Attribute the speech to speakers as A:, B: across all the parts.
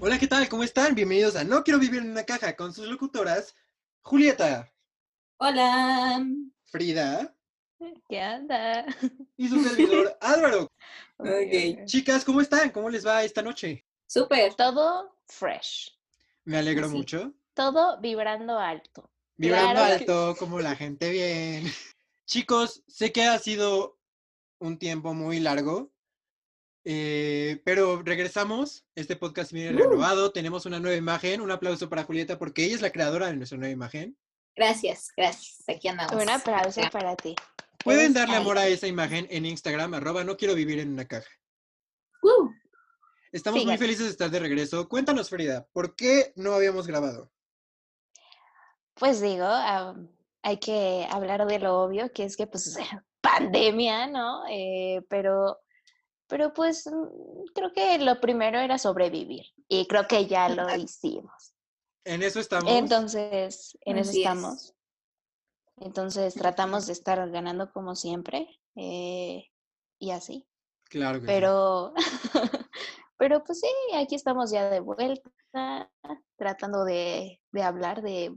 A: Hola, ¿qué tal? ¿Cómo están? Bienvenidos a No Quiero Vivir en una Caja con sus locutoras, Julieta,
B: Hola.
A: Frida
C: ¿Qué onda?
A: y su servidor Álvaro.
B: Ok.
A: Chicas, ¿cómo están? ¿Cómo les va esta noche?
B: Súper.
C: Todo fresh,
A: Me alegro
B: Sí.
A: mucho.
C: todo vibrando alto.
A: Vibrando
C: Claro que-
A: alto, como la gente bien. Chicos, sé que ha sido un tiempo muy largo, eh, pero regresamos. Este podcast viene
B: Uh.
A: renovado. Tenemos una nueva imagen. Un aplauso para Julieta porque ella es la creadora de nuestra nueva imagen.
B: Gracias, gracias. Aquí andamos.
C: Un aplauso
B: Acá.
C: para ti.
A: Pueden
B: Pues
C: Eres
A: darle amor a
C: alguien.
A: esa imagen en Instagram, arroba no quiero vivir en una caja.
B: Uh,
A: Estamos muy
C: Fíjate.
A: felices de estar de regreso. Cuéntanos, Frida, ¿por qué no habíamos grabado?
C: Pues digo, am, hay que hablar de lo obvio, que es que pues pandemia, ¿no? Eh, pero, pero pues mm, creo que lo primero era sobrevivir y creo que ya lo hicimos.
A: En eso estamos.
C: Entonces, en eso
B: Así es.
C: estamos. Entonces tratamos de estar ganando como siempre eh, y así.
A: claro que sí.
C: Pero, pero pues sí, aquí estamos ya de vuelta, tratando de, de hablar de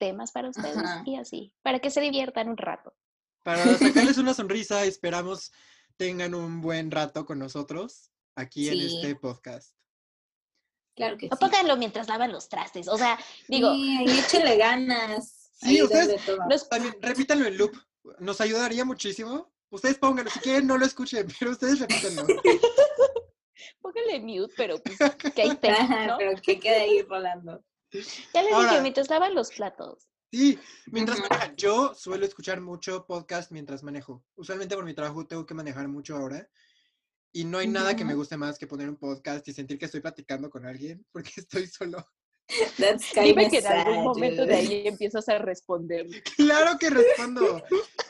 C: temas para ustedes
B: Ajá.
C: y así, para que se diviertan un rato.
A: Para sacarles una sonrisa, esperamos tengan un buen rato con nosotros aquí en
B: Sí.
A: este podcast.
B: claro que sí.
C: O pónganlo mientras lavan los trastes, o sea, digo,
B: Sí, ahí échale ganas.
A: Sí,
B: Ahí
A: ustedes-
B: denle todo.
C: los-
A: También repítanlo en loop. Nos ayudaría muchísimo. Ustedes pónganlo, si quieren no lo escuchen, pero ustedes repítanlo.
C: pónganle mute, pero pues que hay
B: Ajá,
C: tema, ¿no?
B: Pero que quede ahí rolando.
C: Ya les
A: Ahora-
C: dije, mientras lavan los platos.
A: Sí, mientras
B: Ujú.
A: manejan. Yo suelo escuchar mucho podcast mientras manejo. Usualmente por mi trabajo tengo que manejar mucho ahora. Y no hay nada que me
B: Ujú.
A: guste más que poner un podcast y sentir que estoy platicando con alguien porque estoy solo.
B: That's kinda
C: Dime que en algún
B: sad,
C: momento
B: dude.
C: de ahí empiezas a responder.
A: Claro que respondo.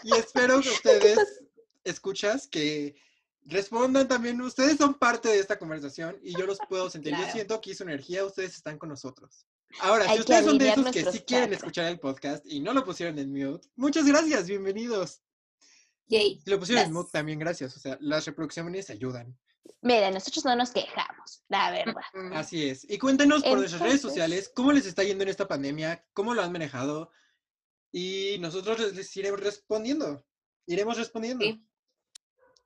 A: Y espero que ustedes, escuchas, que respondan también. Ustedes son parte de esta conversación y yo los puedo sentir. Yo
B: Claro.
A: siento que su energía, ustedes están con nosotros. Ahora,
C: Hay
A: si
C: que
A: ustedes son de
C: alinear
A: esos que sí
C: nuestros
A: quieren
C: chakras.
A: escuchar el podcast y no lo pusieron en mute, muchas gracias, bienvenidos.
B: Yay.
A: Lo pusieron en
B: Gracias.
A: mute también, gracias. O sea, las reproducciones ayudan.
C: Mira, nosotros no nos quejamos, la verdad.
B: Mm,
A: Así es. Y cuéntenos por nuestras redes
C: Entonces-
A: sociales cómo les está yendo en esta pandemia, cómo lo han manejado. Y nosotros les, les iremos respondiendo. Iremos respondiendo.
B: Sí.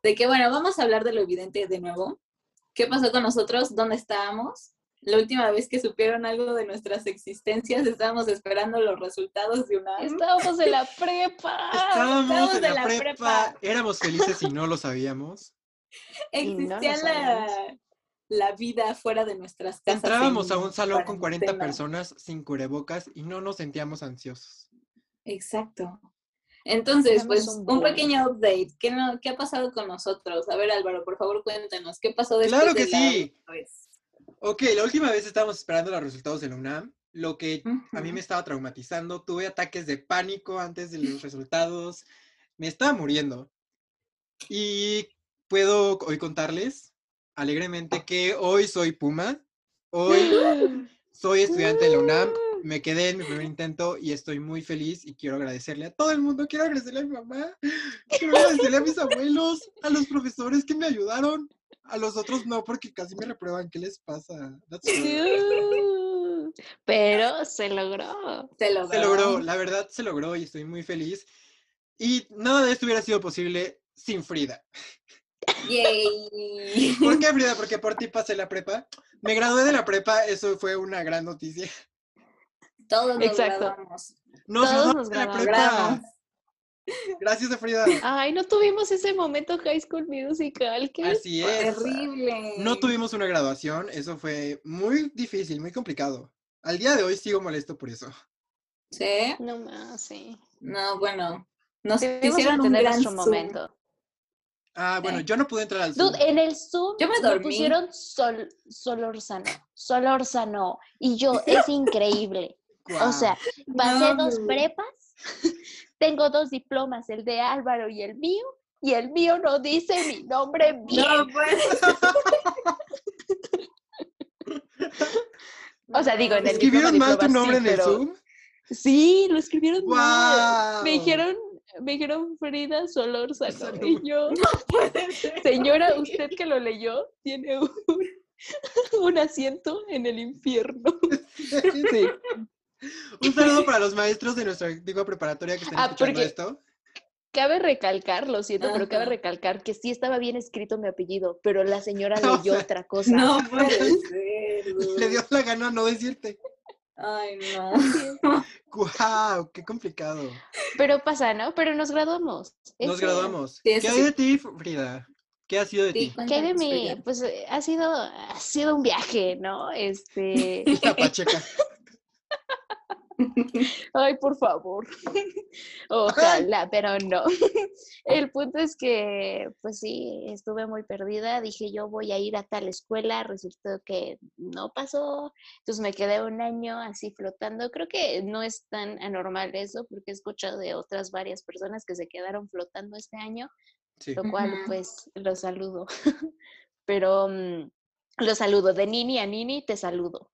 B: De que, bueno, vamos a hablar de lo evidente de nuevo. ¿Qué pasó con nosotros? ¿Dónde estábamos? La última vez que supieron algo de nuestras existencias, estábamos esperando los resultados de una.
C: Estábamos en la prepa.
A: Estábamos
B: Ah, estábamos
A: en
B: de
A: la,
B: la
A: prepa.
B: prepa.
A: éramos felices y no lo sabíamos.
C: Y no lo
B: Existía la,
C: sabíamos.
B: la vida fuera de nuestras casas.
A: Entrábamos
B: en
A: a un salón con 40
B: cuarentena.
A: personas sin cubrebocas y no nos sentíamos ansiosos.
B: Exacto. Entonces,
C: Éramos
B: pues
C: un
B: un,
C: buen.
B: pequeño update. ¿Qué, no, ¿Qué ha pasado con nosotros? A ver, Álvaro, por favor, cuéntanos. ¿Qué pasó después
A: Claro que
B: de la
A: sí.
B: última vez?
A: Ok, la última vez estábamos esperando los resultados de la UNAM, lo que a mí
B: Ujú.
A: me estaba traumatizando, tuve ataques de pánico antes de los resultados, me estaba muriendo. Y puedo hoy contarles alegremente que hoy soy Puma, hoy soy estudiante de la UNAM, me quedé en mi primer intento y estoy muy feliz y quiero agradecerle a todo el mundo, quiero agradecerle a mi mamá, quiero agradecerle a mis abuelos, a los profesores que me ayudaron, a los otros no porque casi me reprueban, ¿qué les pasa? That's all.
C: Pero se logró.
B: Se logró.
A: Se logró, la verdad se logró y estoy muy feliz. Y nada de esto hubiera sido posible sin Frida.
B: Yay.
A: ¿Por qué Frida? Porque por ti pasé la prepa. Me gradué de la prepa, eso fue una gran noticia.
B: Todos nos
C: Exacto.
B: graduamos.
A: Nos
C: Todos
A: graduamos
C: nos
A: de la
B: Logramos.
A: prepa. Gracias a Frida.
C: Ay, no tuvimos ese momento High School Musical. ¿Qué les
A: Así
C: pasa?
A: es.
B: Terrible.
A: No tuvimos una graduación, eso fue muy difícil, muy complicado. Al día de hoy sigo molesto por eso.
B: ¿Sí?
C: No más, sí.
B: No, bueno. Nos
C: Debemos
B: hicieron un
C: tener
B: gran
C: nuestro
B: Zoom.
C: momento.
A: Ah, bueno,
B: Sí.
A: yo no pude entrar al Zoom.
C: Dude, en el Zoom
B: Yo me
C: me
B: dormí.
C: pusieron sol, Solórzano. Solórzano. Y yo, es increíble. eh, O
A: Guau.
C: sea, pasé
B: No,
C: dos
B: hombre.
C: prepas, tengo dos diplomas, el de Álvaro y el mío, y el mío no dice mi nombre bien.
B: No, pues.
C: O sea, digo, en el
A: ¿Escribieron
C: diploma,
A: mal tu
C: diploma,
A: nombre
C: sí,
A: en el
C: pero-
A: Zoom?
C: Sí, lo escribieron mal. Me
A: Guau.
C: dijeron, me dijeron Frida Solórzano.
A: Solórzano.
C: Y yo,
B: Puede ser.
C: señora, usted que lo leyó, tiene un un asiento en el infierno.
A: Sí. Un saludo para los maestros de nuestra antigua preparatoria que están
C: Ah,
A: escuchando
C: porque-
A: esto.
C: Cabe recalcar, lo siento, pero cabe
B: Ajá.
C: recalcar que sí estaba bien escrito mi apellido, pero la señora
A: O
C: leyó
A: sea,
C: otra cosa.
B: No puede ser. güey.
A: pues. Le dio la gana no decirte.
B: Ay, no.
A: ¡Guau! ¡Qué complicado!
C: Pero pasa, ¿no? Pero nos graduamos.
A: Nos
C: Este,
A: graduamos.
B: Sí, eso
A: ¿Qué hay
B: sí.
A: de ti, Frida? ¿Qué ha sido de
B: Sí,
A: ti?
C: ¿Qué hay de
B: cuéntanos,
C: mí?
B: Frida.
C: Pues eh, ha sido, ha sido un viaje, ¿no? Este,
A: La Pacheca.
C: ay, por favor. Ojalá, pero no. El punto es que, pues sí, estuve muy perdida. Dije, yo voy a ir a tal escuela. Resultó que no pasó. Entonces me quedé un año así flotando. Creo que no es tan anormal eso, porque he escuchado de otras varias personas que se quedaron flotando este año.
A: Sí.
C: lo cual
B: Ujú.
C: pues lo saludo. Pero mm, lo saludo de Nini a Nini, te saludo.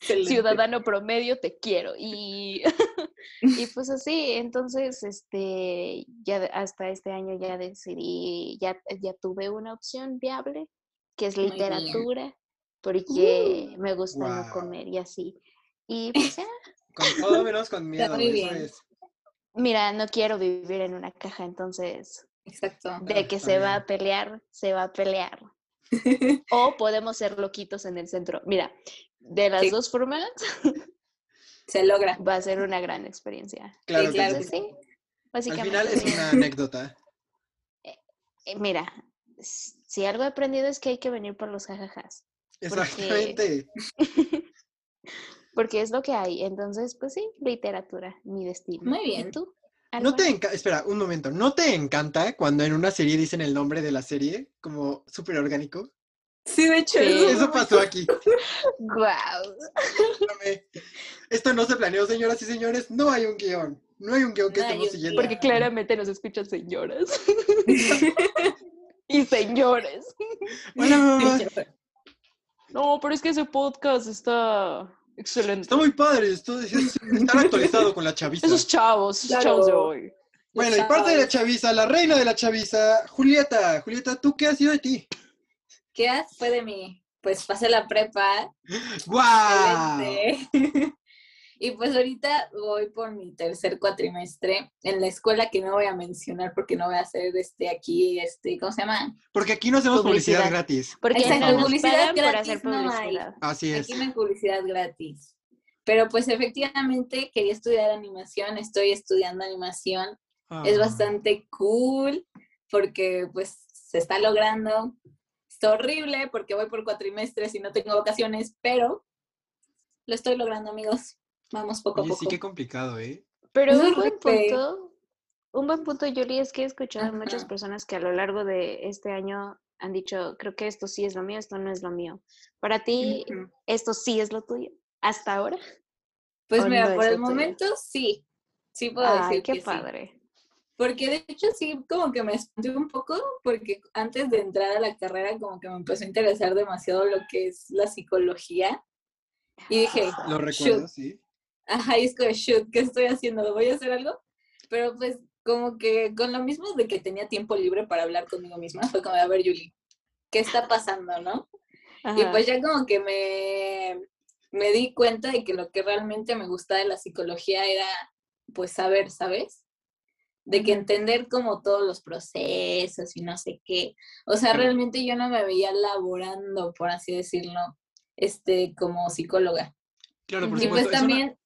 B: Excelente.
C: Ciudadano promedio, te quiero. Y, y pues así, entonces, este, ya de- hasta este año ya decidí, ya, ya tuve una opción viable, que es
B: Muy bien. Uh,
C: literatura, porque me gusta no
A: Guau.
C: comer y así. Y pues ya,
A: Con todo menos con miedo.
B: muy
A: eso
B: bien.
A: es.
C: mira, no quiero vivir en una caja, entonces,
B: Exacto.
A: Ah,
C: de que
A: está
C: se va a
A: bien.
C: pelear, se va a pelear. O podemos ser loquitos en el centro. Mira, de las
B: Sí.
C: dos formas
B: Se logra.
C: va a ser una gran experiencia.
A: Claro,
B: Sí,
A: que
B: claro
A: sí.
C: Entonces, sí,
A: Al
C: básicamente.
A: final es
C: sí.
A: una anécdota.
C: Eh, Mira, s- si algo he aprendido es que hay que venir por los jajajas,
A: Exactamente.
C: porque es lo que hay. Entonces, pues sí, literatura, mi destino.
B: Muy
C: ¿Y
B: bien.
C: tú?
A: No te
C: Álvaro?
A: enca- espera, un momento. ¿No te encanta cuando en una serie dicen el nombre de la serie como súper orgánico?
B: Sí, de hecho.
C: Sí.
B: eso fue
A: Eso
B: muy-
A: pasó aquí.
C: ¡Guau!
A: Perdóname. Esto no se planeó, señoras y señores. No hay un guión. No hay un guión que
B: No hay
A: estemos
B: un
A: siguiendo.
B: guión.
C: Porque claramente nos escuchan señoras y señores.
A: Hola, mamá.
C: No, pero es que ese podcast está excelente.
A: Está muy padre. Esto, es- es- estar actualizado con la chaviza.
C: Esos chavos, esos
B: Claro.
C: chavos de hoy.
A: Bueno, y parte de la chaviza, la reina de la chaviza, Julieta. Julieta, ¿tú qué has sido de ti?
B: ¿Qué has- fue de mí? Pues pasé la prepa.
A: ¡Guau!
B: excelente. Y pues ahorita voy por mi tercer cuatrimestre en la escuela que no voy a mencionar porque no voy a hacer este aquí, este, ¿cómo se llama?
A: Porque aquí no hacemos publicidad,
C: Publicidad.
A: gratis.
C: Porque
B: Exacto,
C: no nos
B: publicidad
C: pagan por
B: gratis
C: hacer
B: no hay.
C: publicidad.
A: Así es.
B: Aquí no hay publicidad gratis. Pero pues efectivamente quería estudiar animación, estoy estudiando animación es
A: Ah.
B: bastante cool porque pues se está logrando. Está horrible porque voy por cuatrimestres y no tengo vacaciones, pero lo estoy logrando, amigos. Vamos poco a
A: Oye,
B: poco.
A: sí, qué complicado, ¿eh?
C: Pero
B: Es
C: un buen
B: horrible.
C: punto, un buen punto, Yoli, es que he escuchado a muchas
B: Ajá.
C: personas que a lo largo de este año han dicho, creo que esto sí es lo mío, esto no es lo mío. Para ti,
B: Ujú.
C: esto sí es lo tuyo, hasta ahora.
B: Pues
C: o
B: mira,
C: no
B: por
C: es
B: el
C: lo tuyo.
B: momento sí. Sí puedo
C: Ay,
B: decir
C: qué
B: que sí.
C: padre.
B: Porque de hecho sí, como que me espanté un poco, porque antes de entrar a la carrera como que me empezó a interesar demasiado lo que es la psicología. Y dije,
A: Lo
B: shoot,
A: recuerdo, sí.
B: Ajá, y es como, shoot, ¿qué estoy haciendo? ¿Voy a hacer algo? Pero pues como que con lo mismo de que tenía tiempo libre para hablar conmigo misma, fue como, a ver, Yuli, ¿qué está pasando, no? Y
C: Ajá.
B: pues ya como que me, me di cuenta de que lo que realmente me gustaba de la psicología era pues saber, ¿sabes? De que
C: Ujú.
B: entender como todos los procesos y no sé qué. O sea,
A: Claro.
B: realmente yo no me veía laborando, por así decirlo, este, como psicóloga.
A: Claro, por
C: Ujú.
B: Y
A: supuesto.
B: pues
A: es, una,
B: también...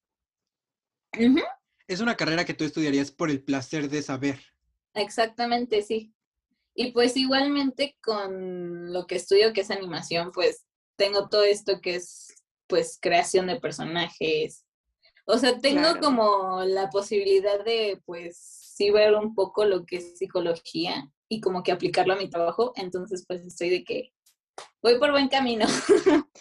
B: Ujú.
A: es una carrera que tú estudiarías por el placer de saber.
B: Exactamente, sí. Y pues igualmente con lo que estudio, que es animación, pues tengo todo esto que es pues creación de personajes. O sea, tengo
C: Claro.
B: como la posibilidad de pues sí ver un poco lo que es psicología y como que aplicarlo a mi trabajo. Entonces pues estoy de que voy por buen camino.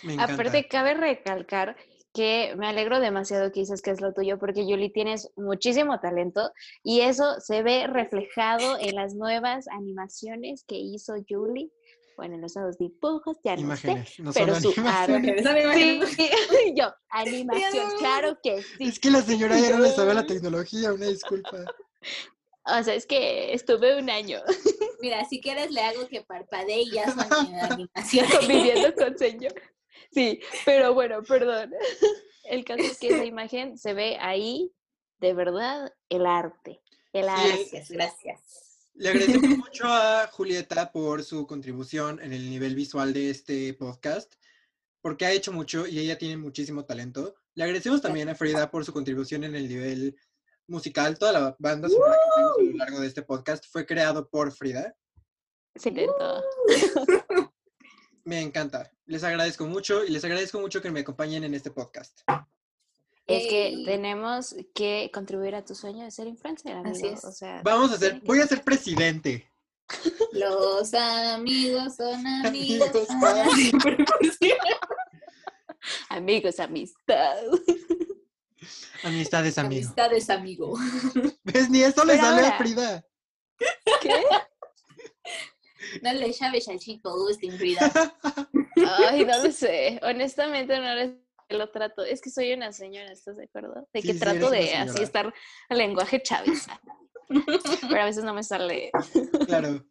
A: Me encanta.
C: Aparte, cabe recalcar que me alegro demasiado que dices que es lo tuyo, porque Yuli tienes muchísimo talento y eso se ve reflejado en las nuevas animaciones que hizo Yuli. Bueno, en los nuevos dibujos, ya no sé.
A: imágenes, no
C: pero
A: solo
C: su
A: animaciones.
C: arte-
B: Esa me
C: Sí,
B: imagino.
C: yo, animación,
B: no.
C: claro que sí.
A: Es que la señora ya no le sabe la tecnología, una disculpa.
C: O sea, es que estuve un año
B: Mira, si quieres le hago que parpadee y ya son mi animación.
C: conviviendo con señor. Sí, pero bueno, perdón. El caso es que esa imagen se ve ahí, de verdad, el arte. El arte.
B: Gracias, gracias.
A: Le agradecemos mucho a Julieta por su contribución en el nivel visual de este podcast, porque ha hecho mucho y ella tiene muchísimo talento. Le agradecemos también a Frida por su contribución en el nivel musical. Toda la banda sonora que tenemos a lo largo de este podcast fue creado por Frida.
C: Se intentó.
A: Me encanta. Les agradezco mucho y les agradezco mucho que me acompañen en este podcast.
C: Es que
B: Ey.
C: tenemos que contribuir a tu sueño de ser influencer, amigo.
B: Así es.
C: O sea,
A: Vamos a ser, voy a ser presidente.
B: Los amigos son amigos.
A: Amigos,
B: para siempre, por siempre.
C: amigos, amistad.
A: Amistades, amigo.
B: Amistad es amigo.
A: ¿Ves? Ni esto le
C: Pero
A: sale a
C: ahora-
A: Frida.
C: ¿Qué?
B: No le llaves al chico Agustín Frida.
C: Ay, no lo sé. Honestamente no lo lo trato. Es que soy una señora, ¿estás de acuerdo?
A: Sí,
C: De que
A: sí, eres
C: trato
A: una
C: de así
A: señora.
C: estar al lenguaje chaviza. Pero a veces no me sale.
A: Claro.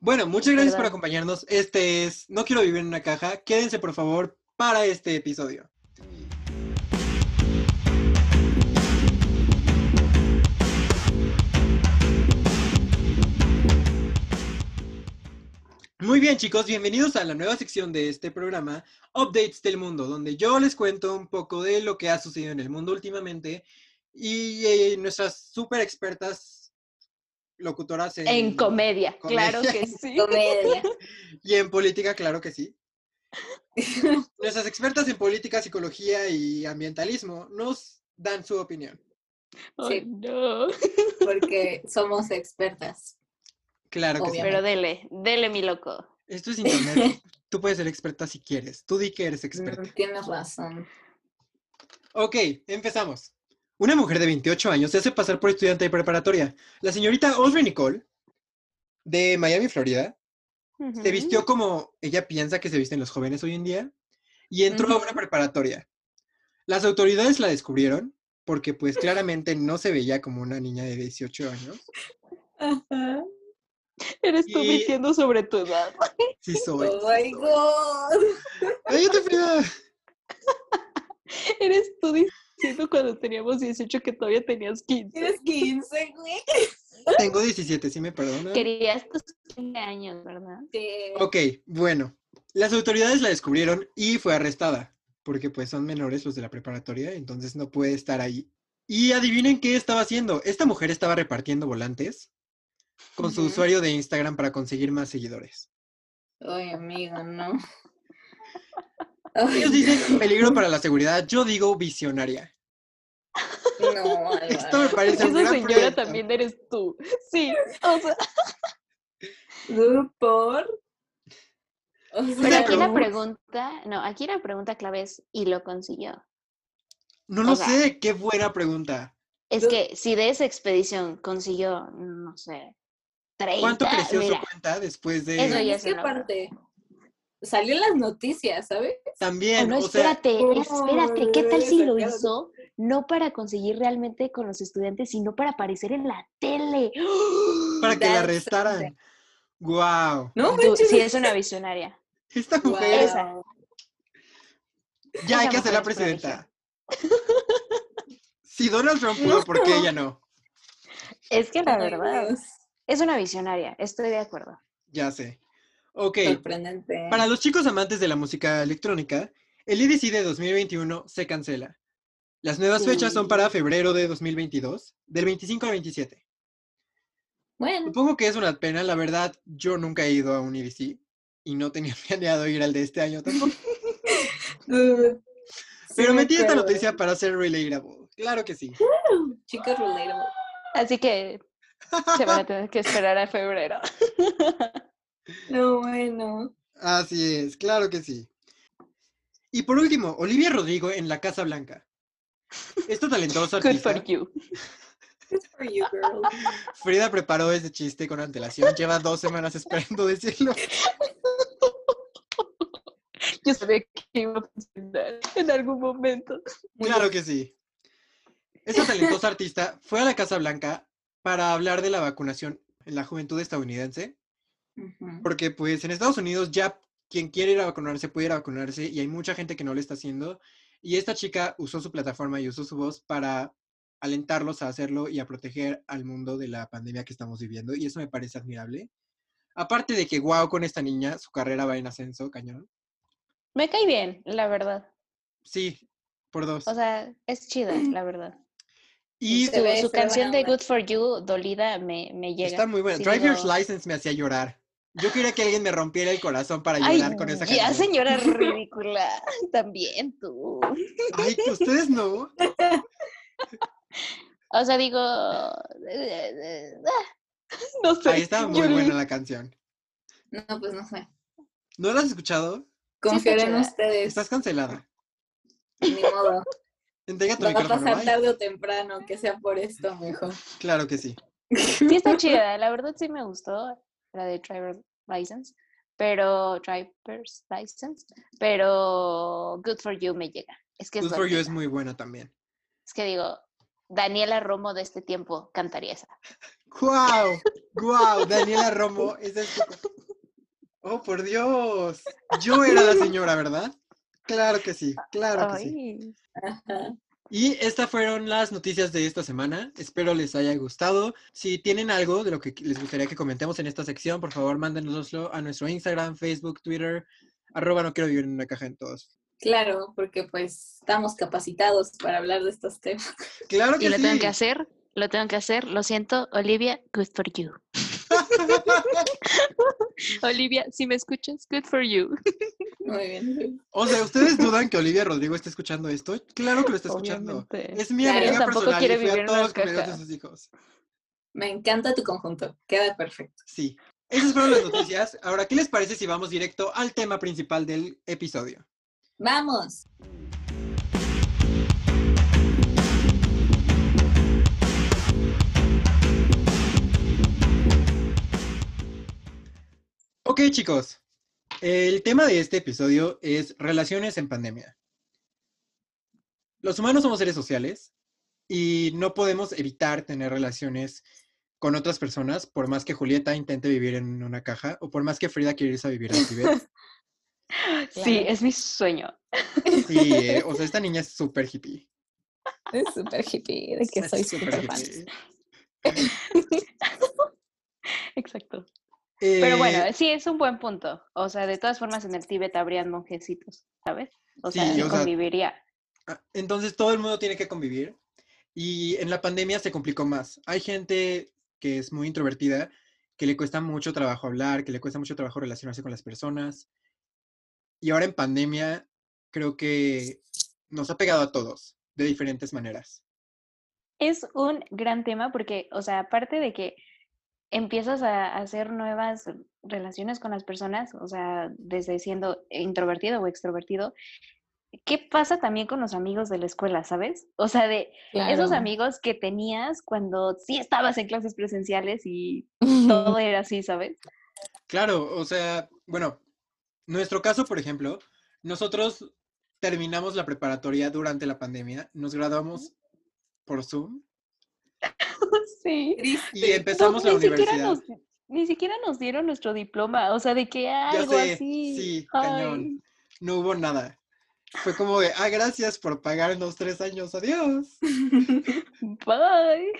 A: Bueno, muchas gracias por
C: Perdón.
A: acompañarnos. Este es No quiero vivir en una caja. Quédense, por favor, para este episodio. Muy bien, chicos, bienvenidos a la nueva sección de este programa, Updates del Mundo, donde yo les cuento un poco de lo que ha sucedido en el mundo últimamente y eh, nuestras super expertas locutoras
C: En comedia, claro
A: comedia.
C: que sí.
B: Comedia.
A: y en política, claro que sí. Nuestras expertas en política, psicología y ambientalismo nos dan su opinión.
C: Ay, no.
B: Porque somos expertas.
A: Claro que sí.
B: Obviamente.
C: Pero dele, dele mi loco.
A: Esto es internet. Tú puedes ser experta si quieres. Tú di que eres experta.
B: Mm, Tienes razón.
A: Ok, empezamos. Una mujer de 28 años se hace pasar por estudiante de preparatoria. La señorita Audrey Nicole, de Miami, Florida, se vistió como ella piensa que se visten los jóvenes hoy en día y entró a una
B: Ujú.
A: preparatoria. Las autoridades la descubrieron porque pues claramente no se veía como una niña de 18 años.
C: Eres
A: tú Y- mintiendo
C: sobre tu edad.
A: Sí soy. sí
B: Oh my
A: soy.
B: god.
A: ¡Cállate, Frida!
C: Eres tú diciendo cuando teníamos 18 que todavía tenías 15.
B: Tienes 15, güey.
A: Tengo 17, ¿sí me perdonan?
C: Querías tus 15 años, ¿verdad?
B: Sí.
A: Ok, bueno. Las autoridades la descubrieron y fue arrestada, porque pues son menores los de la preparatoria, entonces no puede estar ahí. Y adivinen qué estaba haciendo. Esta mujer estaba repartiendo volantes con su
B: Ujú.
A: usuario de Instagram para conseguir más seguidores.
B: Ay, amigo, no.
A: Ellos
B: Ay,
A: dicen peligro para la seguridad, yo digo visionaria.
B: no,
A: Esto me
B: Álvaro.
A: parece un
C: Esa
A: gran
C: señora
A: proyecto.
C: también eres tú. Sí, o sea,
B: Dude, ¿Por? O
C: pero
B: sea,
C: aquí la
A: pero-
C: pregunta, no, aquí la pregunta clave es, ¿y lo consiguió?
A: No lo
C: o sea-
A: sé, qué buena pregunta.
C: Es
B: Yo-
C: que si de esa expedición consiguió, no sé, 30,
A: ¿Cuánto creció
C: mira,
A: su cuenta después de
C: Eso ya
B: es
C: es
B: que
C: una broma.
B: aparte salió en las noticias, ¿sabes?
C: Ah,
A: también?
C: no,
A: o sea,
C: espérate,
B: ¿cómo
C: espérate, ¿qué
B: le
C: tal si lo
B: sacaron?
C: hizo no para conseguir realmente con los estudiantes, sino para aparecer en la tele?
A: para que la
B: That's
A: arrestaran.
B: something.
A: Wow.
B: No,
C: Tú,
B: manches.
C: sí, es una visionaria.
A: Esta
B: Guau.
A: mujer
C: Esa.
A: ya hay
C: esa
A: que hacerla
C: mujer es
A: presidenta. Si Donald Trump pudo, ¿por qué ella no?
C: Es que la
B: Ay,
C: verdad,
B: Dios.
C: es una visionaria, estoy de acuerdo.
A: Ya sé. Ok,
B: Sorprendente.
A: para los chicos amantes de la música electrónica, el EDC de 2021 se cancela. Las nuevas fechas son para febrero de 2022, del 25 al 27.
B: Bueno,
A: Supongo que es una pena, la verdad, yo nunca he ido a un EDC y no tenía planeado ir al de este año tampoco.
B: dude, sí
A: Pero
B: me
A: metí esta
B: acuerdo. ¿eh?
A: noticia para ser relatable. Claro que sí.
B: Chicos relatable.
C: Así que se van a tener que esperar a febrero.
B: No, bueno.
A: Así es, claro que sí. Y por último, Olivia Rodrigo en La Casa Blanca. Esta talentosa
C: Good for
A: artista,
C: you.
B: Good for you, girl.
A: Frida preparó ese chiste con antelación, lleva dos semanas esperando decirlo.
C: Yo sabía que iba a funcionar en algún momento.
A: Claro que sí. Esta talentosa artista fue a La Casa Blanca para hablar de la vacunación en la juventud estadounidense,
B: Ujú.
A: porque pues en Estados Unidos ya quien quiere ir a vacunarse puede ir a vacunarse y hay mucha gente que no lo está haciendo. Y esta chica usó su plataforma y usó su voz para alentarlos a hacerlo y a proteger al mundo de la pandemia que estamos viviendo. Y eso me parece admirable. Aparte de que, wow, con esta niña, su carrera va en ascenso, cañón.
C: Me cae bien, la verdad.
A: Sí, por dos.
C: O sea, este es chida, la verdad.
A: y
B: se
C: Su,
B: ve-
C: su
B: se ve
C: canción
B: buena
C: de
B: onda.
C: Good for You, Dolida, me, me llega.
A: está muy buena.
C: Sí,
A: Driver's
C: digo,
A: License me hacía llorar. Yo quería que alguien me rompiera el corazón para
C: Ay,
A: llorar con esa
C: ya,
A: canción.
C: señora ridícula. También tú.
A: Ay, ustedes no.
C: O sea, digo. eh, eh, ah, No sé.
A: Ahí estaba muy
C: yo
A: buena
C: le-
A: la canción.
B: No, pues no sé.
A: ¿No la has escuchado?
B: Confiaré en
C: chida.
B: ustedes.
A: Estás cancelada.
B: Ni modo.
A: Entrega tu
B: Va a
A: micrófono.
B: pasar
A: bye.
B: tarde o temprano, que sea por esto, mijo.
A: Claro que sí.
C: Sí, está chida. La verdad sí me gustó la de Driver's License. Pero. Driver's License. Pero. Good for You me llega. Es que es,
A: Good for You es
C: Dolida.
A: muy buena también.
C: Es que digo. Daniela Romo de este tiempo cantaría esa.
A: ¡Guau! ¡Guau! Daniela Romo. esa es tu- ¡Oh, por Dios! Yo era la señora, ¿verdad? Claro que sí, claro que sí.
C: Ay.
B: Ajá.
A: Y estas fueron las noticias de esta semana. Espero les haya gustado. Si tienen algo de lo que les gustaría que comentemos en esta sección, por favor, mándenoslo a nuestro Instagram, Facebook, Twitter, arroba no quiero vivir en una caja en todos.
B: Claro, porque pues estamos capacitados para hablar de estos temas.
A: Claro que
C: Y lo
A: sí.
C: tengo que hacer, lo tengo que hacer, lo siento, Olivia, good for you. Olivia, si me escuchas, good for you.
B: Muy bien.
A: O sea, ¿ustedes dudan que Olivia Rodrigo esté escuchando esto? Claro que lo está escuchando.
C: Obviamente.
A: Es mi
B: Claro,
A: amiga
C: tampoco
A: personal
C: quiere
A: y fue
C: vivir
A: a
C: en
A: todos
C: una
A: los cumpleaños de
C: caja.
A: sus hijos.
B: Me encanta tu conjunto. Queda perfecto.
A: Sí. Esas fueron las noticias. Ahora, ¿qué les parece si vamos directo al tema principal del episodio?
B: ¡Vamos!
A: Ok, chicos. El tema de este episodio es relaciones en pandemia. Los humanos somos seres sociales y no podemos evitar tener relaciones con otras personas, por más que Julieta intente vivir en una caja o por más que Frida quiera irse a vivir a Tibet.
C: Sí,
B: Claro.
C: es mi sueño.
A: Sí, eh, o sea, esta niña es súper hippie.
B: Es súper hippie, de que
A: Es
B: soy
A: súper
B: súper fan.
A: hippie.
C: Exacto. Pero bueno,
A: Eh,
C: sí, es un buen punto. O sea, de todas formas, en el Tíbet habrían monjecitos, ¿sabes? O sea,
A: Sí,
C: sí
A: o sea-
C: conviviría.
A: Ah, Entonces todo el mundo tiene que convivir y en la pandemia se complicó más. Hay gente que es muy introvertida, que le cuesta mucho trabajo hablar, que le cuesta mucho trabajo relacionarse con las personas. Y ahora en pandemia creo que nos ha pegado a todos de diferentes maneras.
C: Es un gran tema porque, o sea, aparte de que empiezas a hacer nuevas relaciones con las personas, o sea, desde siendo introvertido o extrovertido, ¿qué pasa también con los amigos de la escuela, sabes? O sea, de esos amigos que tenías cuando sí estabas en clases presenciales y todo era así, ¿sabes?
A: Claro, o sea, bueno, nuestro caso, por ejemplo, nosotros terminamos la preparatoria durante la pandemia, nos graduamos por Zoom
C: Sí.
A: y
B: Triste.
A: empezamos la
C: ni siquiera
A: universidad.
C: nos ni siquiera nos dieron nuestro diploma, o sea, de que algo
A: sé,
C: así.
A: sí, cañón.
C: ay,
A: no hubo nada. Fue como de, ah, gracias por pagarnos tres años, adiós.
C: Bye.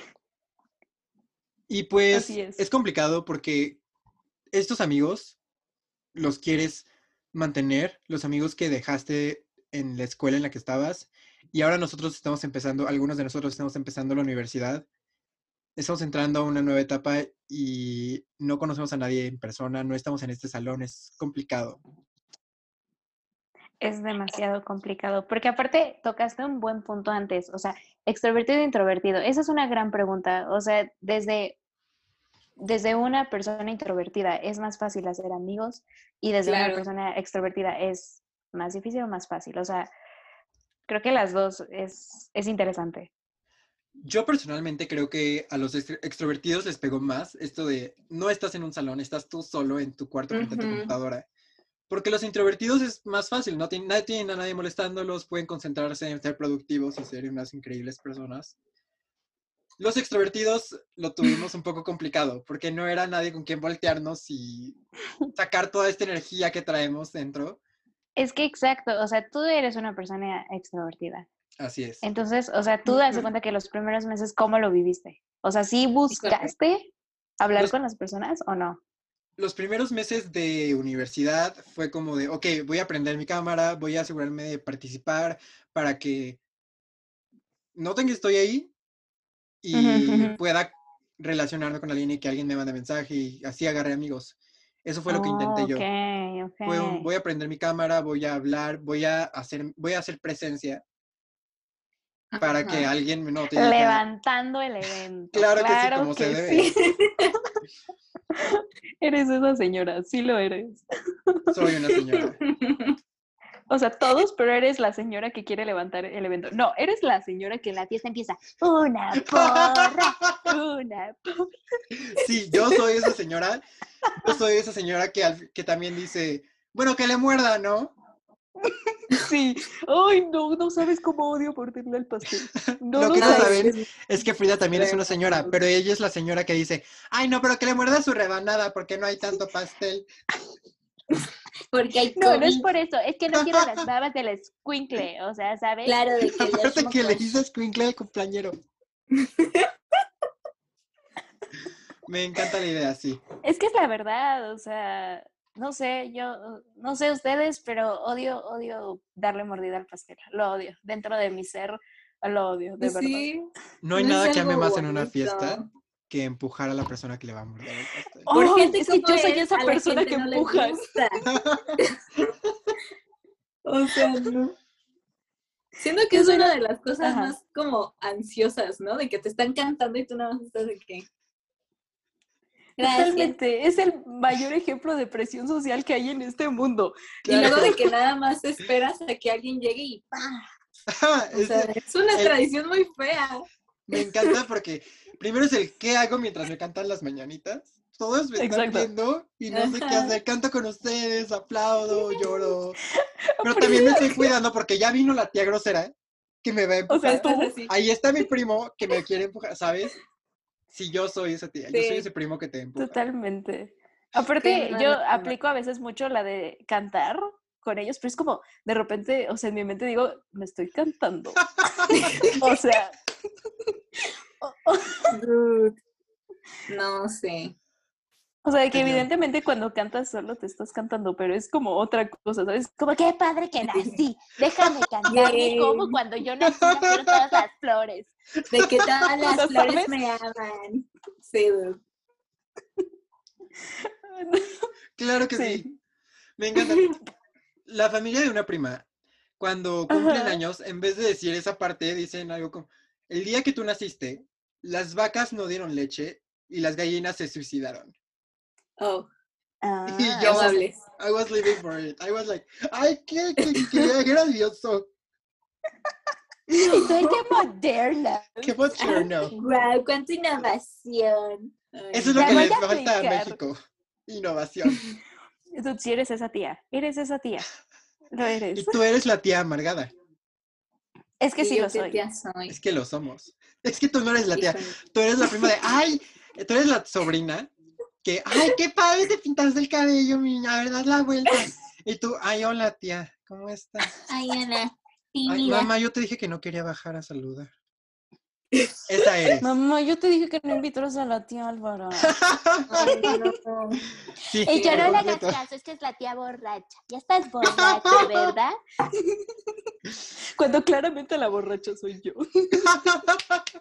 A: Y pues
C: Así es.
A: es complicado porque estos amigos los quieres mantener, los amigos que dejaste en la escuela en la que estabas, y ahora nosotros estamos empezando, algunos de nosotros estamos empezando la universidad, estamos entrando a una nueva etapa y no conocemos a nadie en persona, no estamos en este salón, es complicado.
C: Es demasiado complicado, porque aparte tocaste un buen punto antes, o sea, extrovertido e introvertido. Esa es una gran pregunta, o sea, desde, desde una persona introvertida es más fácil hacer amigos y desde
B: Claro.
C: una persona extrovertida es más difícil o más fácil, o sea, creo que las dos es, es interesante.
A: Yo personalmente creo que a los extro- extrovertidos les pegó más esto de no estás en un salón, estás tú solo en tu cuarto frente a tu
B: Ujú.
A: computadora. Porque los introvertidos es más fácil, no tienen, nadie tienen a nadie molestándolos, pueden concentrarse en ser productivos y ser unas increíbles personas. Los extrovertidos lo tuvimos un poco complicado porque no era nadie con quien voltearnos y sacar toda esta energía que traemos dentro.
C: Es que exacto, o sea, tú eres una persona extrovertida.
A: Así es.
C: Entonces, o sea, tú das cuenta que los primeros meses, ¿cómo lo viviste? O sea, ¿sí buscaste hablar
A: Los-
C: con las personas o no?
A: Los primeros meses de universidad fue como de, ok, voy a aprender mi cámara, voy a asegurarme de participar para que noten que estoy ahí
C: Ujú,
A: y
C: ujú.
A: pueda relacionarme con alguien y que alguien me mande mensaje y así agarré amigos. Eso fue lo que
C: Oh,
A: intenté yo.
C: ok,
A: Fue un,
C: ok.
A: voy a aprender mi cámara, voy a hablar, voy a hacer, voy a hacer presencia para que
B: Ajá.
A: alguien me note. y diga,
C: Levantando el evento.
A: Claro que sí, como se debe.
C: Eres esa señora, sí lo eres.
A: Soy una señora.
C: O sea, todos, pero eres la señora que quiere levantar el evento. No, eres la señora que en la fiesta empieza una porra, una porra.
A: Sí, yo soy esa señora. Yo soy esa señora que, al- que también dice, bueno, que le muerda, ¿no?
C: Sí. Ay, no, no sabes cómo odio morderle al pastel. No
A: Lo
C: lo
A: que no
C: sabes.
A: saben es que Frida también es una señora, pero ella es la señora que dice, ay, no, pero que le muerda su rebanada porque no hay tanto pastel.
B: Porque hay
C: No, no es
B: COVID.
C: por eso, es que no quiero las babas del escuincle, o sea, ¿sabes?
B: Claro, de que los
A: Aparte que le
B: mocos.
A: hizo squinkle al cumpleañero. Me encanta la idea, sí.
C: Es que es la verdad, o sea, no sé, yo, uh, no sé ustedes, pero odio, odio darle mordida al pastel, lo odio, dentro de mi ser lo odio, de
B: Pues
C: verdad.
B: sí,
A: No hay
B: es
A: nada que
B: algo
A: ame más en una
B: bonito.
A: fiesta que empujar a la persona que le va a morder el pastel.
C: Ay,
B: Por gente
C: Oh, es que yo
B: como
C: soy
B: él,
C: esa
B: a la
C: persona
B: gente
C: que
B: no le
C: empujas.
B: gusta. o sea, no. Siento que
C: Yo
B: es
C: soy
B: una
C: la-
B: de las cosas
C: Ajá.
B: más como ansiosas, ¿no? De que te están cantando y tú nada más estás de que. Gracias.
C: Totalmente, es el mayor ejemplo de presión social que hay en este mundo.
B: Y luego
A: Claro.
B: de que nada más esperas a que alguien llegue y ¡pam!
A: Ajá,
B: O
A: es-
B: sea, es una
A: el-
B: tradición muy fea.
A: Me encanta porque primero es el qué hago mientras me cantan las mañanitas. Todos me están
C: Exacto.
A: viendo y no sé qué
B: Ajá.
A: hacer. Canto con ustedes, aplaudo, lloro. Pero también me estoy cuidando porque ya vino la tía grosera que me va a
C: O sea,
A: empujar.
C: tú-
B: Estás así.
A: Ahí está mi primo que me quiere empujar, ¿sabes? Si yo soy esa tía, yo soy
B: Sí.
A: ese primo que te empuja.
C: Totalmente. Aparte,
B: no,
C: yo
B: no, no.
C: aplico a veces mucho la de cantar con ellos, pero es como, de repente, o sea, en mi mente digo, me estoy cantando. o sea,
B: Dude. No sé.
C: o sea, de que
A: Cañón.
C: evidentemente cuando cantas solo te estás cantando, pero es como otra cosa, ¿sabes? Como, qué padre que nací, déjame cantarme como
B: Yay.
C: cuando yo nací nacieron todas las flores.
B: De que todas
C: O sea,
B: las flores
C: ¿sabes?
B: me aman. Sí, dude.
A: Claro que sí.
C: Sí.
A: Me encanta. La familia de una prima, cuando cumplen
C: Ajá.
A: años, en vez de decir esa parte, dicen algo como, el día que tú naciste, las vacas no dieron leche y las gallinas se suicidaron.
B: Oh,
A: Y
B: ya
A: yo-
B: no
C: Ah,
B: hables.
A: I was living for it. I was like, ay, qué, qué, qué grandioso.
C: y tú, ay, qué moderna.
A: Qué bochorno.
B: Wow, cuánta innovación. Ay,
A: Eso es
B: no.
A: lo
C: La
A: que
C: voy
A: le
C: a
A: falta a
C: aplicar.
A: México. Innovación.
C: Tú sí eres esa tía, eres esa tía. Lo
A: Y
C: eres.
A: tú eres la tía amargada.
C: Es que sí
B: yo
C: lo
B: qué
C: soy.
B: tía soy.
A: Es que lo somos. Es que tú no eres la tía.
B: Híjole.
A: Tú eres la prima de, ay, tú eres la sobrina que, ay, qué padre te pintas el cabello, niña, a ver, das la vuelta. Y tú, ay, hola, tía, ¿cómo estás?
B: Ay, Ana. Sí,
A: Ay,
B: mira.
A: mamá, yo te dije que no quería bajar a saludar. Esa eres.
C: Mamá, yo te dije que no invitaras a la tía Álvaro.
B: Ay, no.
A: Sí,
B: Y yo
A: por
B: no le
A: completo.
C: caso, es que es la tía borracha. Ya estás borracha, ¿verdad? Cuando claramente la borracha soy yo.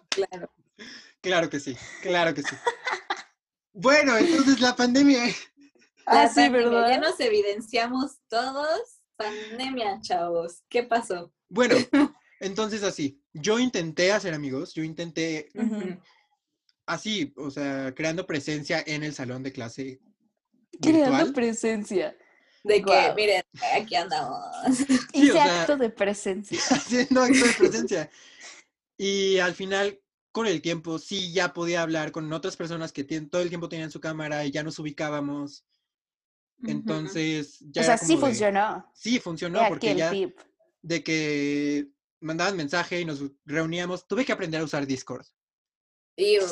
B: Claro.
A: Claro que sí, claro que sí. Bueno, entonces la pandemia.
C: Ah,
B: La
C: sí,
B: pandemia,
C: ¿verdad?
B: Ya nos evidenciamos todos. Pandemia, chavos. ¿Qué pasó?
A: Bueno, entonces así, yo intenté hacer amigos, yo intenté
C: Ujú.
B: Ujú.
A: así, o sea, creando presencia en el salón de clase
C: Creando
A: virtual.
C: presencia.
B: De que,
C: Guau.
B: miren, aquí andamos.
A: Sí,
C: Hice
A: o sea-
C: acto de presencia.
A: haciendo acto de presencia. Y al final, con el tiempo, sí ya podía hablar con otras personas que tien- todo el tiempo tenían su cámara y ya nos ubicábamos. Entonces, ya
C: o
A: era
C: sea, sí
A: como de-
C: funcionó.
A: Sí, funcionó
C: He aquí
A: porque
C: el
A: ya
C: tip.
A: de que mandaban mensaje y nos reuníamos, tuve que aprender a usar Discord.
B: Iu,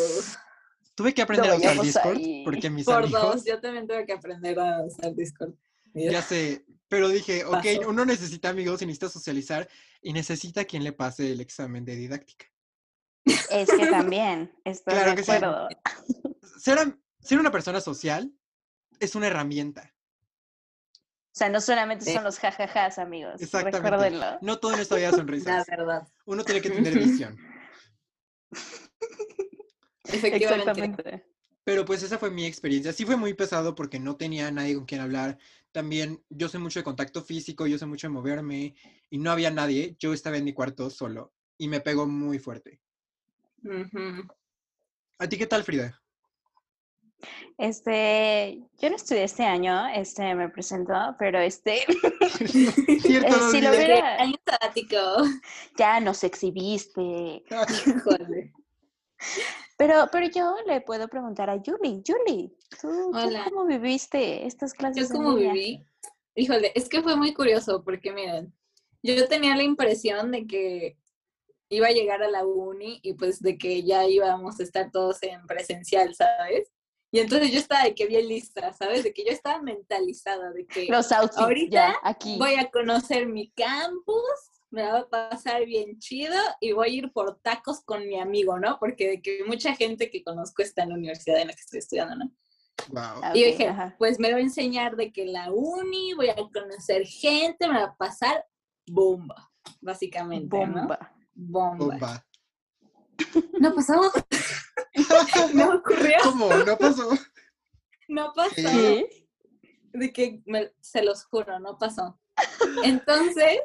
A: Tuve que aprender a
C: No
A: usar
C: vayamos
A: Discord
C: ahí.
A: porque mis
B: por
A: amigos,
B: dos, yo también tuve que aprender a usar Discord.
A: ya sé, pero dije, ok,
B: Pasó.
A: uno necesita amigos y necesita socializar y necesita quien le pase el examen de didáctica.
C: Es que también, estoy
A: Claro
C: de
A: que sí.
C: acuerdo.
A: Ser, am- ser una persona social es una herramienta.
C: O sea, no solamente
B: Sí.
C: son los jajajas, amigos.
A: Exactamente.
C: Recuérdenlo.
A: No todo en esta vida sonrisas.
B: La verdad.
A: Uno tiene que tener visión.
B: Efectivamente.
C: Exactamente.
A: Pero pues esa fue mi experiencia. Sí fue muy pesado porque no tenía a nadie con quien hablar. También yo soy mucho de contacto físico, yo sé mucho de moverme y no había nadie. Yo estaba en mi cuarto solo y me pegó muy fuerte.
B: Ujú.
A: ¿A ti qué tal, Frida?
C: Este, yo no estudié este año, este me presentó, pero este,
A: Cierto,
C: Eh,
A: lo
C: sí lo
A: olvidé.
C: Mira.
B: Año sabático.
C: ya nos exhibiste.
B: Híjole.
C: Pero, pero yo le puedo preguntar a Julie, Julie, ¿tú, tú
B: Hola.
C: cómo viviste estas
B: Yo
C: clases? en
B: como
C: línea?
B: viví, híjole, es que fue muy curioso porque miren, yo tenía la impresión de que iba a llegar a la uni y pues de que ya íbamos a estar todos en presencial, ¿sabes? Y entonces yo estaba de que bien lista, ¿sabes? De que yo estaba mentalizada, de que
C: Los outfits,
B: Ahorita
C: ya, aquí.
B: voy a conocer mi campus, me la va a pasar bien chido y voy a ir por tacos con mi amigo, ¿no? Porque de que mucha gente que conozco está en la universidad en la que estoy estudiando, ¿no?
A: Wow.
C: Ah,
B: Y yo
C: ok,
B: dije,
C: ajá.
B: pues me va a enseñar de que la uni, voy a conocer gente, me va a pasar bomba, básicamente. ¿no?
C: Bomba.
B: Bomba.
A: Bomba.
B: No pasó, no ocurrió,
A: ¿Cómo? ¿No pasó?
B: no pasó.
A: ¿Qué?
B: De que me- se los juro, no pasó. Entonces,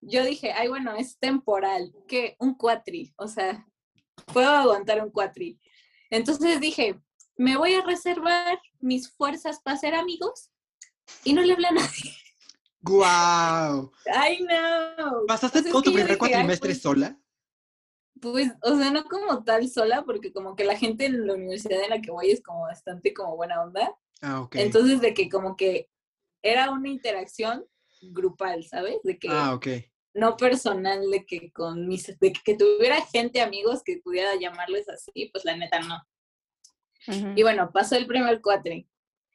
B: yo dije, ay, bueno, es temporal, que un cuatri, o sea, puedo aguantar un cuatri. Entonces dije, me voy a reservar mis fuerzas para ser amigos y no le hablé a nadie.
A: ¡Guau!
B: Ay, no.
A: ¿Pasaste
B: Pues es
A: todo tu
B: que yo
A: primer
B: dije, ay,
A: cuatrimestre
B: pues-
A: sola?
B: Pues, o sea, no como tal sola, porque como que la gente en la universidad en la que voy es como bastante como buena onda.
A: Ah, ok.
B: Entonces, de que como que era una interacción grupal, ¿sabes? De que
A: ah, ok.
B: no personal, de que con mis, de que tuviera gente, amigos que pudiera llamarles así, pues la neta no.
C: Ujú.
B: Y bueno, pasó el primer cuatri.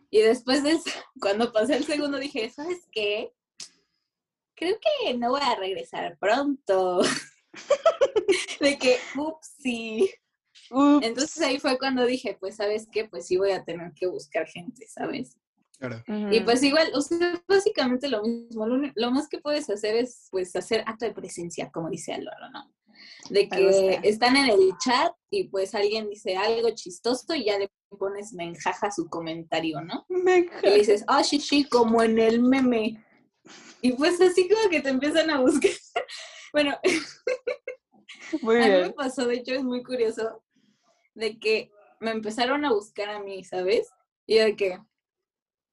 B: Y después de eso, cuando pasé el segundo, dije, ¿sabes qué? Creo que no voy a regresar pronto. de que, upsí.
C: Ups.
B: Entonces ahí fue cuando dije, pues, ¿sabes qué? Pues sí voy a tener que buscar gente, ¿sabes?
A: Claro.
B: Y
C: Ujú.
B: pues igual, o sea, básicamente lo mismo. Lo, uni- lo más que puedes hacer es, pues, hacer acto de presencia, como dice Álvaro, ¿no? De
C: Me
B: que
C: gusta.
B: están en el chat y pues alguien dice algo chistoso y ya le pones menjaja su comentario, ¿no? Y le dices, ah, sí, sí, como en el meme. Y pues así como que te empiezan a buscar. bueno,
C: Muy
B: a mí me
C: bien.
B: pasó, de hecho, es muy curioso, de que me empezaron a buscar a mí, ¿sabes? Y yo de que,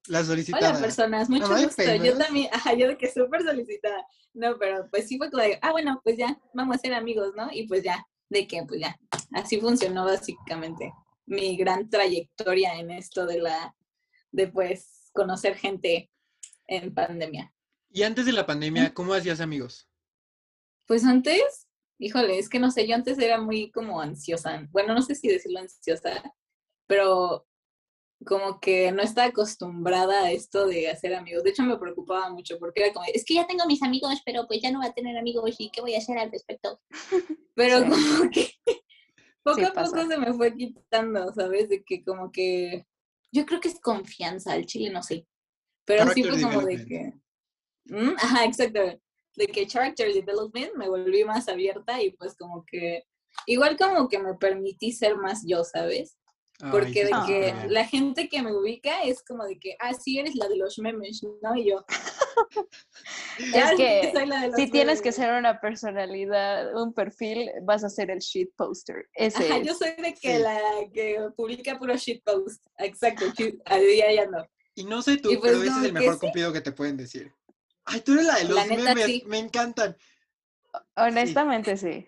A: La
B: Hola
A: solicitada.
B: personas, mucho
A: hay
B: gusto. Yo
A: famous.
B: también, ajá, yo de que súper solicitada. No, pero pues sí fue como de, ah, bueno, pues ya, vamos a ser amigos, ¿no? Y pues ya, de que, pues ya, así funcionó básicamente mi gran trayectoria en esto de la, de pues conocer gente en pandemia.
A: Y antes de la
B: Mm.
A: pandemia, ¿cómo hacías amigos?
B: Pues antes, híjole, es que no sé, yo antes era muy como ansiosa. Bueno, no sé si decirlo ansiosa, pero como que no estaba acostumbrada a esto de hacer amigos. De hecho, me preocupaba mucho porque era como, es que ya tengo mis amigos, pero pues ya no voy a tener amigos y qué voy a hacer al respecto. Pero
C: Sí.
B: como que poco
C: Sí
B: a poco
C: pasa.
B: se me fue quitando, ¿sabes? De que como que yo creo que es confianza, al chile no sé. Pero sí
A: Character
B: fue como de
A: development.
B: que... Mm, Ajá, exacto. De que character development me volví más abierta y pues como que... Igual como que me permití ser más yo, ¿sabes?
A: Ay, eso
B: Porque de
A: está
C: sí,
B: que
A: súper bien.
B: la gente que me ubica es como de que, ah, sí, eres la de los memes, ¿no? Y yo... ya
C: Es que
B: soy la de los
C: Si tienes que
B: memes.
C: ser una personalidad, un perfil, vas a ser el shit poster. Ese
B: Ajá,
C: es.
B: yo soy de que
A: Sí.
B: la que publica puro shitpost. Exacto, sí, ahí ahí ando.
A: Y no sé tú,
B: Y pues
A: pero ese es
B: como
A: el
B: que
A: mejor
B: sí.
A: cumplido que te pueden decir. Ay, tú eres la de
B: La
A: los
B: neta,
A: memes,
B: sí.
A: me encantan.
C: Honestamente, sí.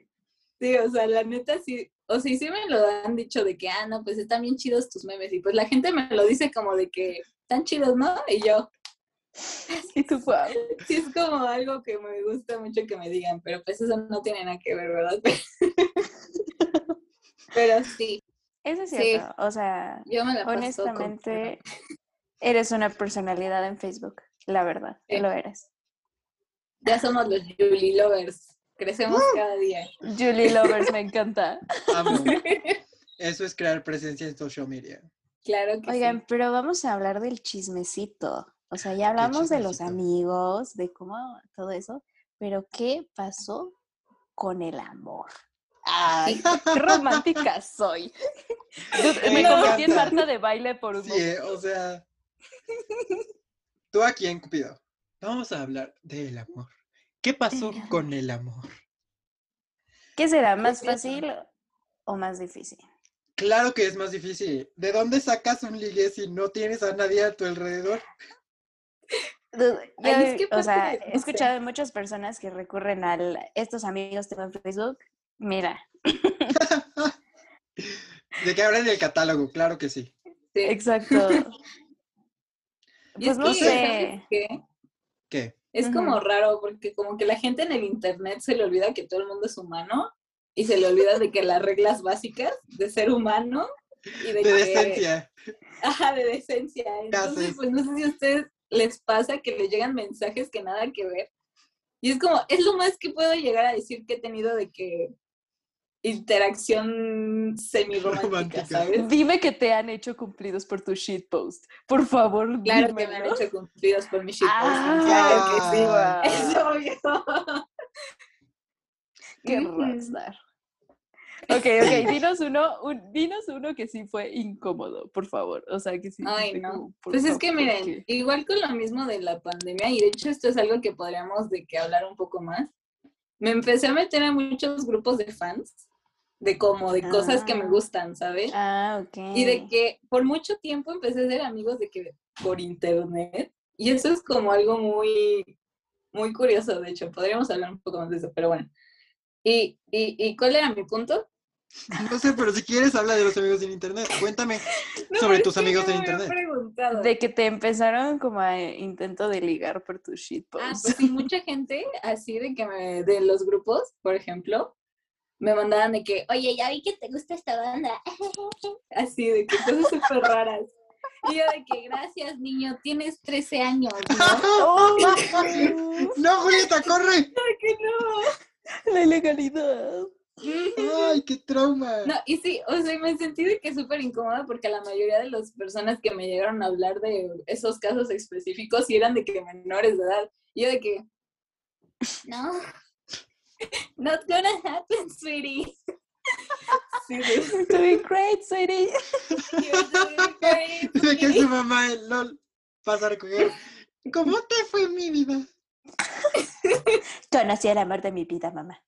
B: Sí, o sea, la neta sí, o sea, y sí me lo han dicho de que, ah, no, pues están bien chidos tus memes, y pues la gente me lo dice como de que, están chidos, ¿no? Y yo,
C: Y tú, wow.
B: sí es como algo que me gusta mucho que me digan, pero pues eso no tiene nada que ver, ¿verdad? Pero sí,
C: Eso es
B: Sí.
C: cierto. O sea,
B: yo me la paso con-
C: honestamente, eres una personalidad en Facebook. La verdad,
B: Sí.
C: lo eres.
B: Ya somos los Julie Lovers. Crecemos
C: ¡Ah!
B: cada día.
C: Julie Lovers me encanta.
A: Amo. Eso es crear presencia en social media.
B: claro que
C: Oigan,
B: sí.
C: pero vamos a hablar del chismecito. O sea, ya hablamos de los
A: chismecito?
C: amigos, de cómo todo eso, pero ¿qué pasó con el amor? Ay, qué romántica soy.
A: Eh, Me
C: Me convertí en
A: encanta.
C: Marta de baile por un
A: Sí, eh, o sea. ¿Tú a quién, Cupido? Vamos a hablar del amor. ¿Qué pasó
C: Del amor.
A: con el amor?
C: ¿Qué será más
B: cierto.
C: fácil o más difícil?
A: Claro que es más difícil. ¿De dónde sacas un ligue si no tienes a nadie a tu alrededor?
C: Yo,
B: Ay, es que
C: o sea,
B: aparte,
C: he
B: no sé.
C: escuchado de muchas personas que recurren al estos amigos tengo en Facebook. Mira,
A: De que abren el catálogo, claro que sí.
B: Sí.
C: exacto.
B: Y
C: pues
B: es
C: no
B: que,
C: sé.
B: ¿sabes qué?
A: ¿Qué?
B: Es como
C: Ujú.
B: raro porque como que la gente en el internet se le olvida que todo el mundo es humano y se le olvida de que las reglas básicas de ser humano y de,
A: De
B: que-
A: decencia.
B: Ajá, de decencia. Entonces,
A: haces?
B: pues no sé si a ustedes les pasa que les llegan mensajes que nada que ver. Y es como, es lo más que puedo llegar a decir que he tenido de que interacción semiromántica,
A: Romántica.
B: ¿sabes?
C: Dime que te han hecho cumplidos por tu shitpost. Por favor,
B: Claro que me han
C: dímelo.
B: hecho cumplidos por mi shitposting.
C: Ah,
A: sí,
C: guau.
B: claro que sí, es obvio.
C: Qué
B: Ujú.
C: rockstar. Ok, ok, dinos uno, un- dinos uno que sí fue incómodo, por favor. O sea, que sí.
B: Ay,
C: dijiste
B: no.
C: como, por
B: Pues es que
C: favor,
B: miren,
C: ¿qué?
B: igual con lo mismo de la pandemia, y de hecho esto es algo que podríamos de que hablar un poco más, me empecé a meter a muchos grupos de fans, de como de cosas que me
C: Ah.
B: gustan, ¿sabes?
C: Ah, ok.
B: Y de que por mucho tiempo empecé a ser amigos de que por internet, y eso es como algo muy, muy curioso, de hecho, podríamos hablar un poco más de eso, pero bueno. ¿Y, y, y cuál era mi punto?
A: eh, No sé, pero si quieres, habla de los amigos en internet. Cuéntame.
B: No,
A: Sobre
B: es
A: tus
B: que
A: amigos
B: no
A: en
B: me habían
A: internet.
B: preguntado.
C: De que te empezaron como a eh, intento de ligar por tu shitpost.
B: Ah, pues sí, mucha gente así de que me, de los grupos, por ejemplo, me mandaban de que, oye, ya vi que te gusta esta banda. eh, Así de que cosas súper raras. Y yo de que, gracias, niño, tienes 13 años, ¿no?
C: Oh,
A: ¡No, Julieta, corre!
B: De que no.
C: La ilegalidad.
A: ¡Ay, qué trauma!
B: No, y sí, o sea, me sentí de que súper incómoda porque la mayoría de las personas que me llegaron a hablar de esos casos específicos sí eran de que menores de edad. Y yo de que, no, not gonna happen, sweetie. Sí, sí.
C: Doing great, sweetie.
B: You're doing great,
A: De que
B: sweetie.
A: su mamá, el LOL, pasa a recoger. ¿Cómo te fue mi vida?
C: Conocí el amor de mi vida, mamá.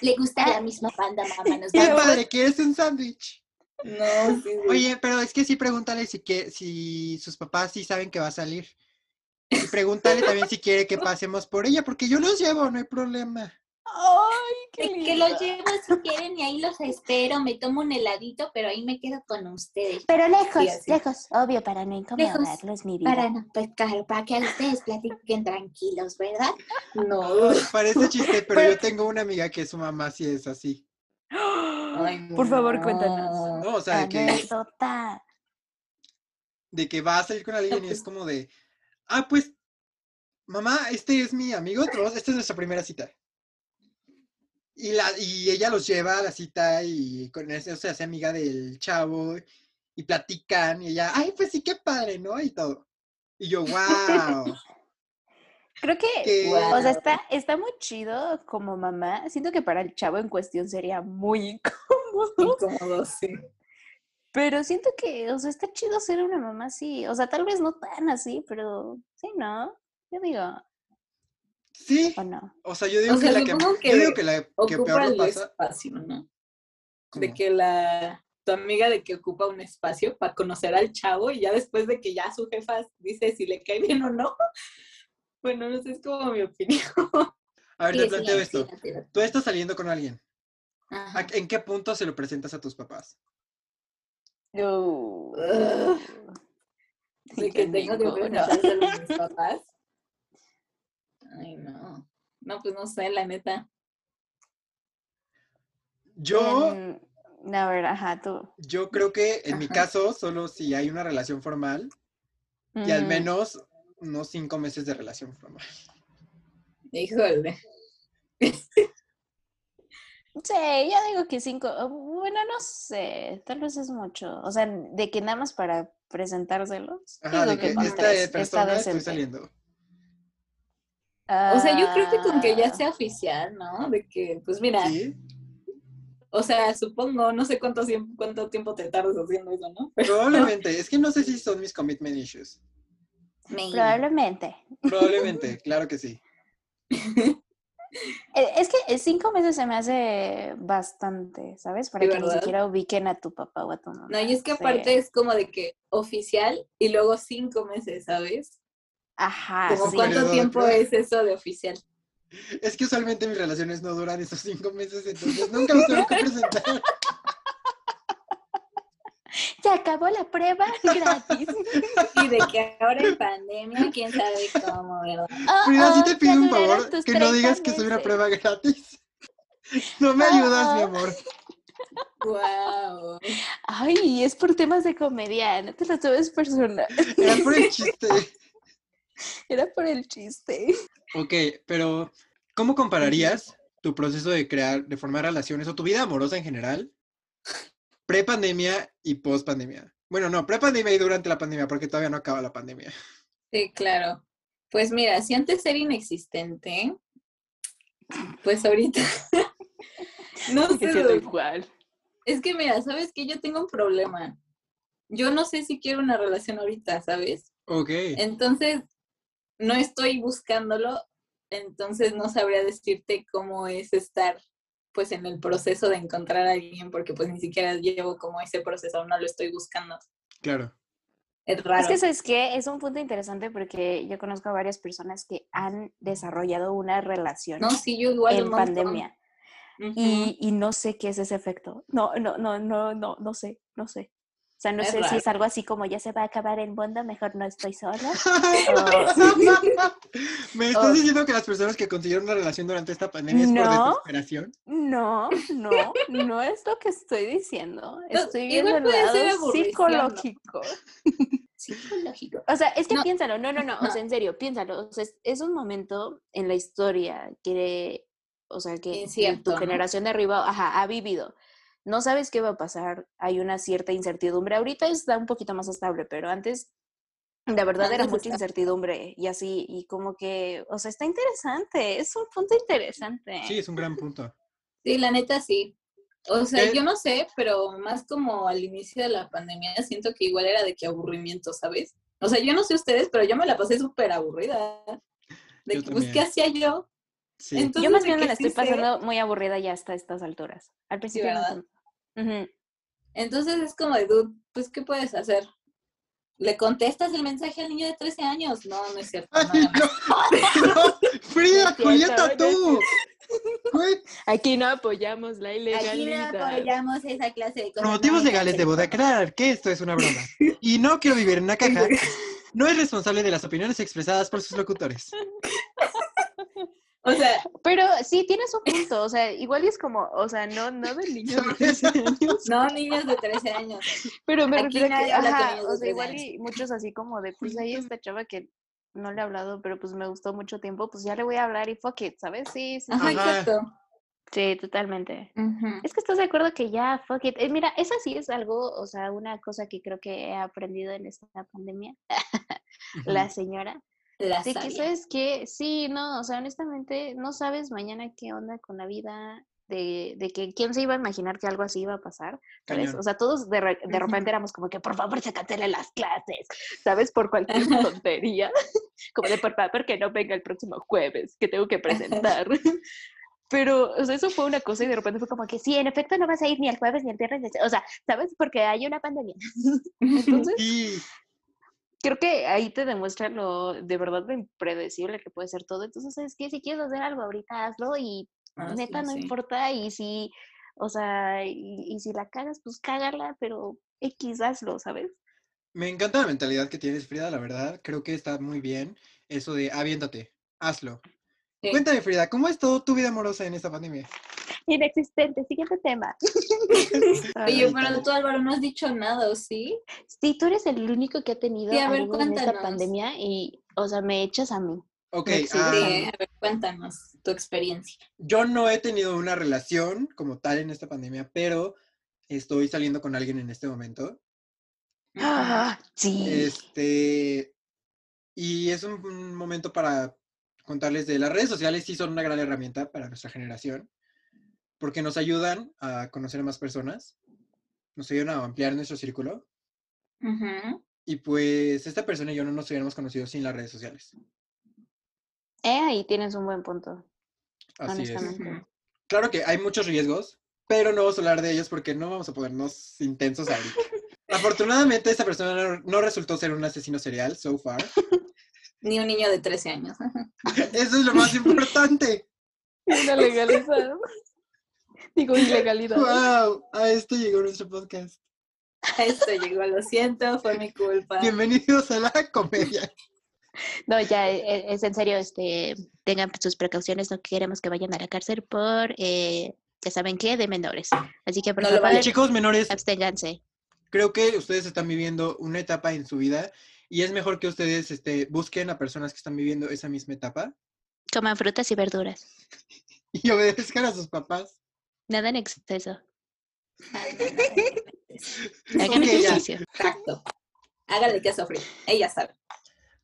B: Le gusta la misma banda, mamá. Nos
A: ¡Qué
B: va a-
A: padre! ¿Quieres un sándwich?
B: No, sí, sí.
A: Oye, pero es que sí pregúntale si, que, si sus papás sí saben que va a salir. Y pregúntale también si quiere que pasemos por ella, porque yo los llevo, no hay problema.
C: Ay, qué
D: De
C: lindo.
D: que los llevo si quieren y ahí los espero, me tomo un heladito, pero ahí me quedo con ustedes.
C: Pero lejos,
B: Sí, así.
C: lejos, obvio, para no
D: incomodarlos,
C: mi
D: Para no
B: pues,
D: pescar, para que ustedes platiquen tranquilos, ¿verdad?
B: No.
A: Parece chiste, pero
C: Pero-
A: yo tengo una amiga que su mamá sí es así.
B: Ay,
C: Por favor,
B: no.
C: cuéntanos.
A: No, o sea, de que,
C: Anécdota.
A: de que va a salir con alguien y es como de, ah, pues, mamá, este es mi amigo, te vamos- esta es nuestra primera cita. Y, la, y ella los lleva a la cita y con eso se hace amiga del chavo y platican y ella, ay, pues sí, qué padre, ¿no? Y todo. Y yo, wow.
C: Creo que,
A: que-
B: Guau.
C: o sea, está, está muy chido como mamá. Siento que para el chavo en cuestión sería muy incómodo.
B: Incómodo, sí.
C: Pero siento que, o sea, está chido ser una mamá así. O sea, tal vez no tan así, pero sí, ¿no? Yo digo,
A: Sí,
C: o no.
A: o sea, yo digo
B: O
A: que
B: sea,
A: la que,
B: supongo
A: yo
B: que
A: digo que la que
B: Ocupa
A: peor lo
B: el
A: pasa.
B: espacio, ¿no? De
A: como-
B: que la tu amiga de que ocupa un espacio para conocer al chavo y ya después de que ya su jefa dice si le cae bien o no. Bueno, no sé, es como mi opinión.
A: A ver,
D: Sí,
A: te
D: sí,
A: planteo
D: sí,
A: esto.
D: sí, sí,
A: Tú estás saliendo con alguien.
D: ajá.
A: ¿A- ¿En qué punto se lo presentas a tus papás?
C: Yo-
B: Ugh.
C: Sí,
B: De que
C: qué
B: tengo que
C: ninguno.
B: presentárselo a mis papás. Ay, no. No, pues no sé, la neta.
A: Yo,
C: En- Mm, A ver, ajá, tú.
A: yo creo que en mi
B: Ajá.
A: caso, solo si hay una relación formal y al
C: Mm,
A: menos unos cinco meses de relación formal.
B: Híjole.
C: Sí, yo digo que cinco. o Bueno, no sé, tal vez es mucho. O sea, de que nada más para presentárselos.
A: Ajá, de
C: digo
A: que
C: con
A: esta
C: tres
A: eh,
C: está
A: persona estoy
C: decente.
A: saliendo.
B: O sea, yo creo que con que ya
C: Ah,
B: sea oficial, ¿no? De que, pues mira,
A: ¿Sí?
B: o sea, supongo, no sé cuánto, tiemp- cuánto tiempo te tardas haciendo eso, ¿no?
A: Probablemente. Es que no sé si son mis commitment issues.
D: Me-
C: Probablemente.
A: Probablemente, claro que sí.
C: Eh, Es que cinco meses se me hace bastante, ¿sabes? Para
B: Sí,
C: que ni
B: ¿verdad?
C: siquiera ubiquen a tu papá o a tu mamá.
B: No, y es que
C: Sí.
B: aparte es como de que oficial y luego cinco meses, ¿sabes?
D: Ah,
C: Ajá,
B: Como
C: sí.
A: periodo
B: cuánto
A: de
B: tiempo
A: prueba.
B: es eso de oficial.
A: Es que usualmente mis relaciones no duran esos cinco meses, entonces nunca los tengo que presentar.
C: Se acabó la prueba gratis.
B: Y de que
D: Ahora en pandemia, quién sabe cómo, ¿verdad?
C: Oh,
A: Frida, sí
C: oh,
A: te
C: ya
A: pido un
C: duraron
A: favor
C: tus
A: que no
C: 30
A: digas que soy una
C: meses.
A: prueba gratis. No me
C: Ah,
A: ayudas, mi
C: ah.
A: amor.
B: wow.
C: Ay, es por temas de comedia, no te lo tomes personal.
A: Era por el chiste.
C: Era por el chiste.
A: Ok, pero ¿cómo compararías tu proceso de crear, de formar relaciones o tu vida amorosa en general pre-pandemia y post-pandemia? Bueno, no, pre-pandemia y durante la pandemia, porque todavía no acaba la pandemia.
B: Sí, claro. Pues mira, si antes era inexistente, pues ahorita. no sé. dude.
C: igual.
B: Es que mira, ¿sabes qué? Yo tengo un problema. Yo no sé si quiero una relación ahorita, ¿sabes?
A: Ok.
B: Entonces, no estoy buscándolo, entonces no sabría decirte cómo es estar pues en el proceso de encontrar a alguien, porque pues ni siquiera llevo como ese proceso, no lo estoy buscando.
A: Claro.
B: Es raro.
C: Es que sabes que es un punto interesante porque yo conozco a varias personas que han desarrollado una relación
B: no, sí, yo igual.
C: en
B: un montón.
C: pandemia
B: Ujú.
C: y, y no sé qué es ese efecto. No, no, no, no, no, no sé, no sé. O sea, no
B: Es
C: sé si
B: raro.
C: es algo así como ya se va a acabar el mundo, mejor no estoy sola.
A: ¿Me estás
C: Oh.
A: diciendo que las personas que consiguieron una relación durante esta pandemia es por
C: No.
A: desesperación?
C: No, no, no es lo que estoy diciendo.
B: No,
C: Estoy
B: igual
C: viendo el
B: puede
C: lado
B: ser aburrición, ¿no?
C: psicológico.
D: Psicológico.
C: O sea, es que
B: No,
C: piénsalo, no, no, no, o
B: no.
C: sea, en serio, piénsalo. O sea, es, es un momento en la historia que, o sea, que que
B: Incierto,
C: tu
B: ¿no?
C: generación de arriba, ajá, ha vivido. No sabes qué va a pasar, hay una cierta incertidumbre. Ahorita está un poquito más estable, pero antes, la verdad, era
B: Antes
C: mucha
B: estaba-
C: incertidumbre y así, y como que, o sea, está interesante, es un punto interesante.
A: Sí, es un gran punto.
B: Sí, la neta sí. O sea,
A: ¿Qué?
B: yo no sé, pero más como al inicio de la pandemia siento que igual era de que aburrimiento, ¿sabes? O sea, yo no sé ustedes, pero yo me la pasé súper aburrida. De
A: Yo
B: que, pues, ¿qué
A: también.
B: hacía yo?
A: Sí.
B: Entonces,
C: Yo más
B: de
C: bien me
B: que
C: la
B: sí
C: estoy
B: sé-
C: pasando muy aburrida ya hasta estas alturas. Al principio no
B: ¿verdad?
C: tanto. Ujú.
B: Entonces es como de, dude, pues, ¿qué puedes hacer? ¿Le contestas el mensaje al niño de 13 años? No, no es cierto. no
A: Ay,
B: hagan
A: no. No, Frida,
C: cierto,
A: Julieta,
C: no
A: tú. Güey,
C: Aquí no apoyamos la
D: Aquí no apoyamos esa clase de
A: Por
D: cosas.
A: motivos
D: no,
A: legales
D: no,
A: debo declarar que esto es una broma. Y no quiero vivir en una caja. No es responsable de las opiniones expresadas por sus locutores.
B: O sea,
C: Pero sí, tienes un punto. O sea, igual y es como, o sea, no, no del niño de
A: Sobre
C: 13 años.
B: no niños de 13 años.
C: Pero me
B: Aquí
C: refiero a que,
B: nadie habla con
C: ajá,
B: niños de
C: o sea,
B: 13
C: igual
B: años.
C: y muchos así como de, pues ahí esta chava que no le he hablado, pero pues me gustó mucho tiempo, pues ya le voy a hablar y fuck it, ¿sabes? Sí, sí,
B: Ajá,
A: Ajá.
C: sí.
B: exacto.
C: Sí, totalmente.
B: Ujú.
C: Es que estás de acuerdo que ya, fuck it. Eh, mira, esa sí es algo, o sea, una cosa que creo que he aprendido en esta pandemia, la señora.
B: La
C: De que
B: sabia.
C: sabes que, sí, no, o sea, honestamente, no sabes mañana qué onda con la vida, de, de que quién se iba a imaginar que algo así iba a pasar, ¿sabes?
A: Cañón.
C: O sea, todos de, re- de
B: Ujú.
C: repente éramos como que, por favor, se cancelen las clases, ¿sabes? Por cualquier
B: Ajá.
C: tontería, como de, por favor, que no venga el próximo jueves, que tengo que presentar. Pero, o sea, eso fue una cosa y de repente fue como que, sí, en efecto, no vas a ir ni el jueves ni el viernes, ni- o sea, ¿sabes? Porque hay una pandemia. Entonces,
A: Y
C: creo que ahí te demuestra lo de verdad lo impredecible que puede ser todo. Entonces, ¿sabes qué? Si quieres hacer algo ahorita, hazlo y
B: Ah,
C: neta
B: sí,
C: no
B: sí.
C: importa. Y si, o sea, y, y si la cagas, pues cágala, pero X hazlo, ¿sabes?
A: me encanta la mentalidad que tienes, Frida, la verdad. Creo que está muy bien eso de aviéntate, hazlo.
B: Sí.
A: Cuéntame, Frida, ¿cómo es todo tu vida amorosa en esta pandemia?
C: Inexistente, siguiente tema.
B: Oye,
A: Ay,
B: pero
A: no.
B: tú, Álvaro, no has dicho nada, ¿o sí?
C: Sí, tú eres el único que ha tenido
B: Sí, a ver,
C: algo en esta
B: cuéntanos.
C: pandemia y, o sea, me echas a mí.
A: Ok,
C: No existe.
A: ah,
B: Sí, a ver, cuéntanos tu experiencia.
A: yo no he tenido una relación como tal en esta pandemia, pero estoy saliendo con alguien en este momento.
C: Ah, sí.
A: Este, y es un, un momento para contarles de las redes sociales, sí son una gran herramienta para nuestra generación, porque nos ayudan a conocer a más personas, nos ayudan a ampliar nuestro círculo,
B: Ujú.
A: y pues esta persona y yo no nos hubiéramos conocido sin las redes sociales.
C: Eh, ahí tienes un buen punto,
A: Así es.
C: honestamente.
B: Ujú.
A: Claro que hay muchos riesgos, pero no vamos a hablar de ellos porque no vamos a ponernos intensos ahorita. Afortunadamente, esta persona no- no resultó ser un asesino serial, so far.
B: Ni un niño de 13 años.
A: Eso es lo más importante.
C: Una legalizada. Digo,
B: Ah.
C: ilegalidad.
A: ¡Wow! A esto llegó nuestro podcast.
B: Esto llegó, lo siento, fue mi culpa.
A: Bienvenidos a la comedia.
C: No, ya, e- e- es en serio, este, tengan sus precauciones, no queremos que vayan a la cárcel por, eh, ya saben qué, de menores. Así que, por
B: No lo
C: favor,
B: vale.
A: Chicos menores,
C: absténganse.
A: creo que ustedes están viviendo una etapa en su vida y es mejor que ustedes este, busquen a personas que están viviendo esa misma etapa
C: Coman frutas y verduras.
A: y obedezcan a sus papás.
C: Nada en exceso.
B: Ay, no, no, no.
C: Hagan
A: Ok, ya.
C: ejercicio.
B: Exacto. Hágale que sufrir. Ella sabe.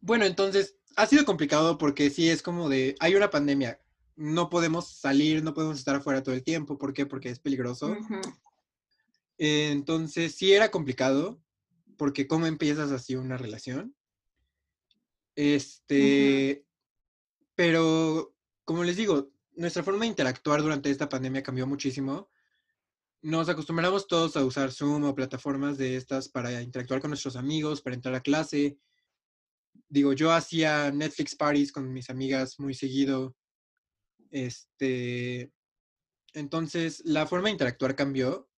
A: Bueno, entonces, ha sido complicado porque sí es como de, hay una pandemia, no podemos salir, no podemos estar afuera todo el tiempo, ¿por qué? Porque es peligroso.
B: Ujú.
A: Eh, Entonces, sí era complicado, porque cómo empiezas así una relación. Este, pero como les digo, nuestra forma de interactuar durante esta pandemia cambió muchísimo. Nos acostumbramos todos a usar Zoom o plataformas de estas para interactuar con nuestros amigos, para entrar a clase. Digo, yo hacía Netflix parties con mis amigas muy seguido. Este, entonces la forma de interactuar cambió,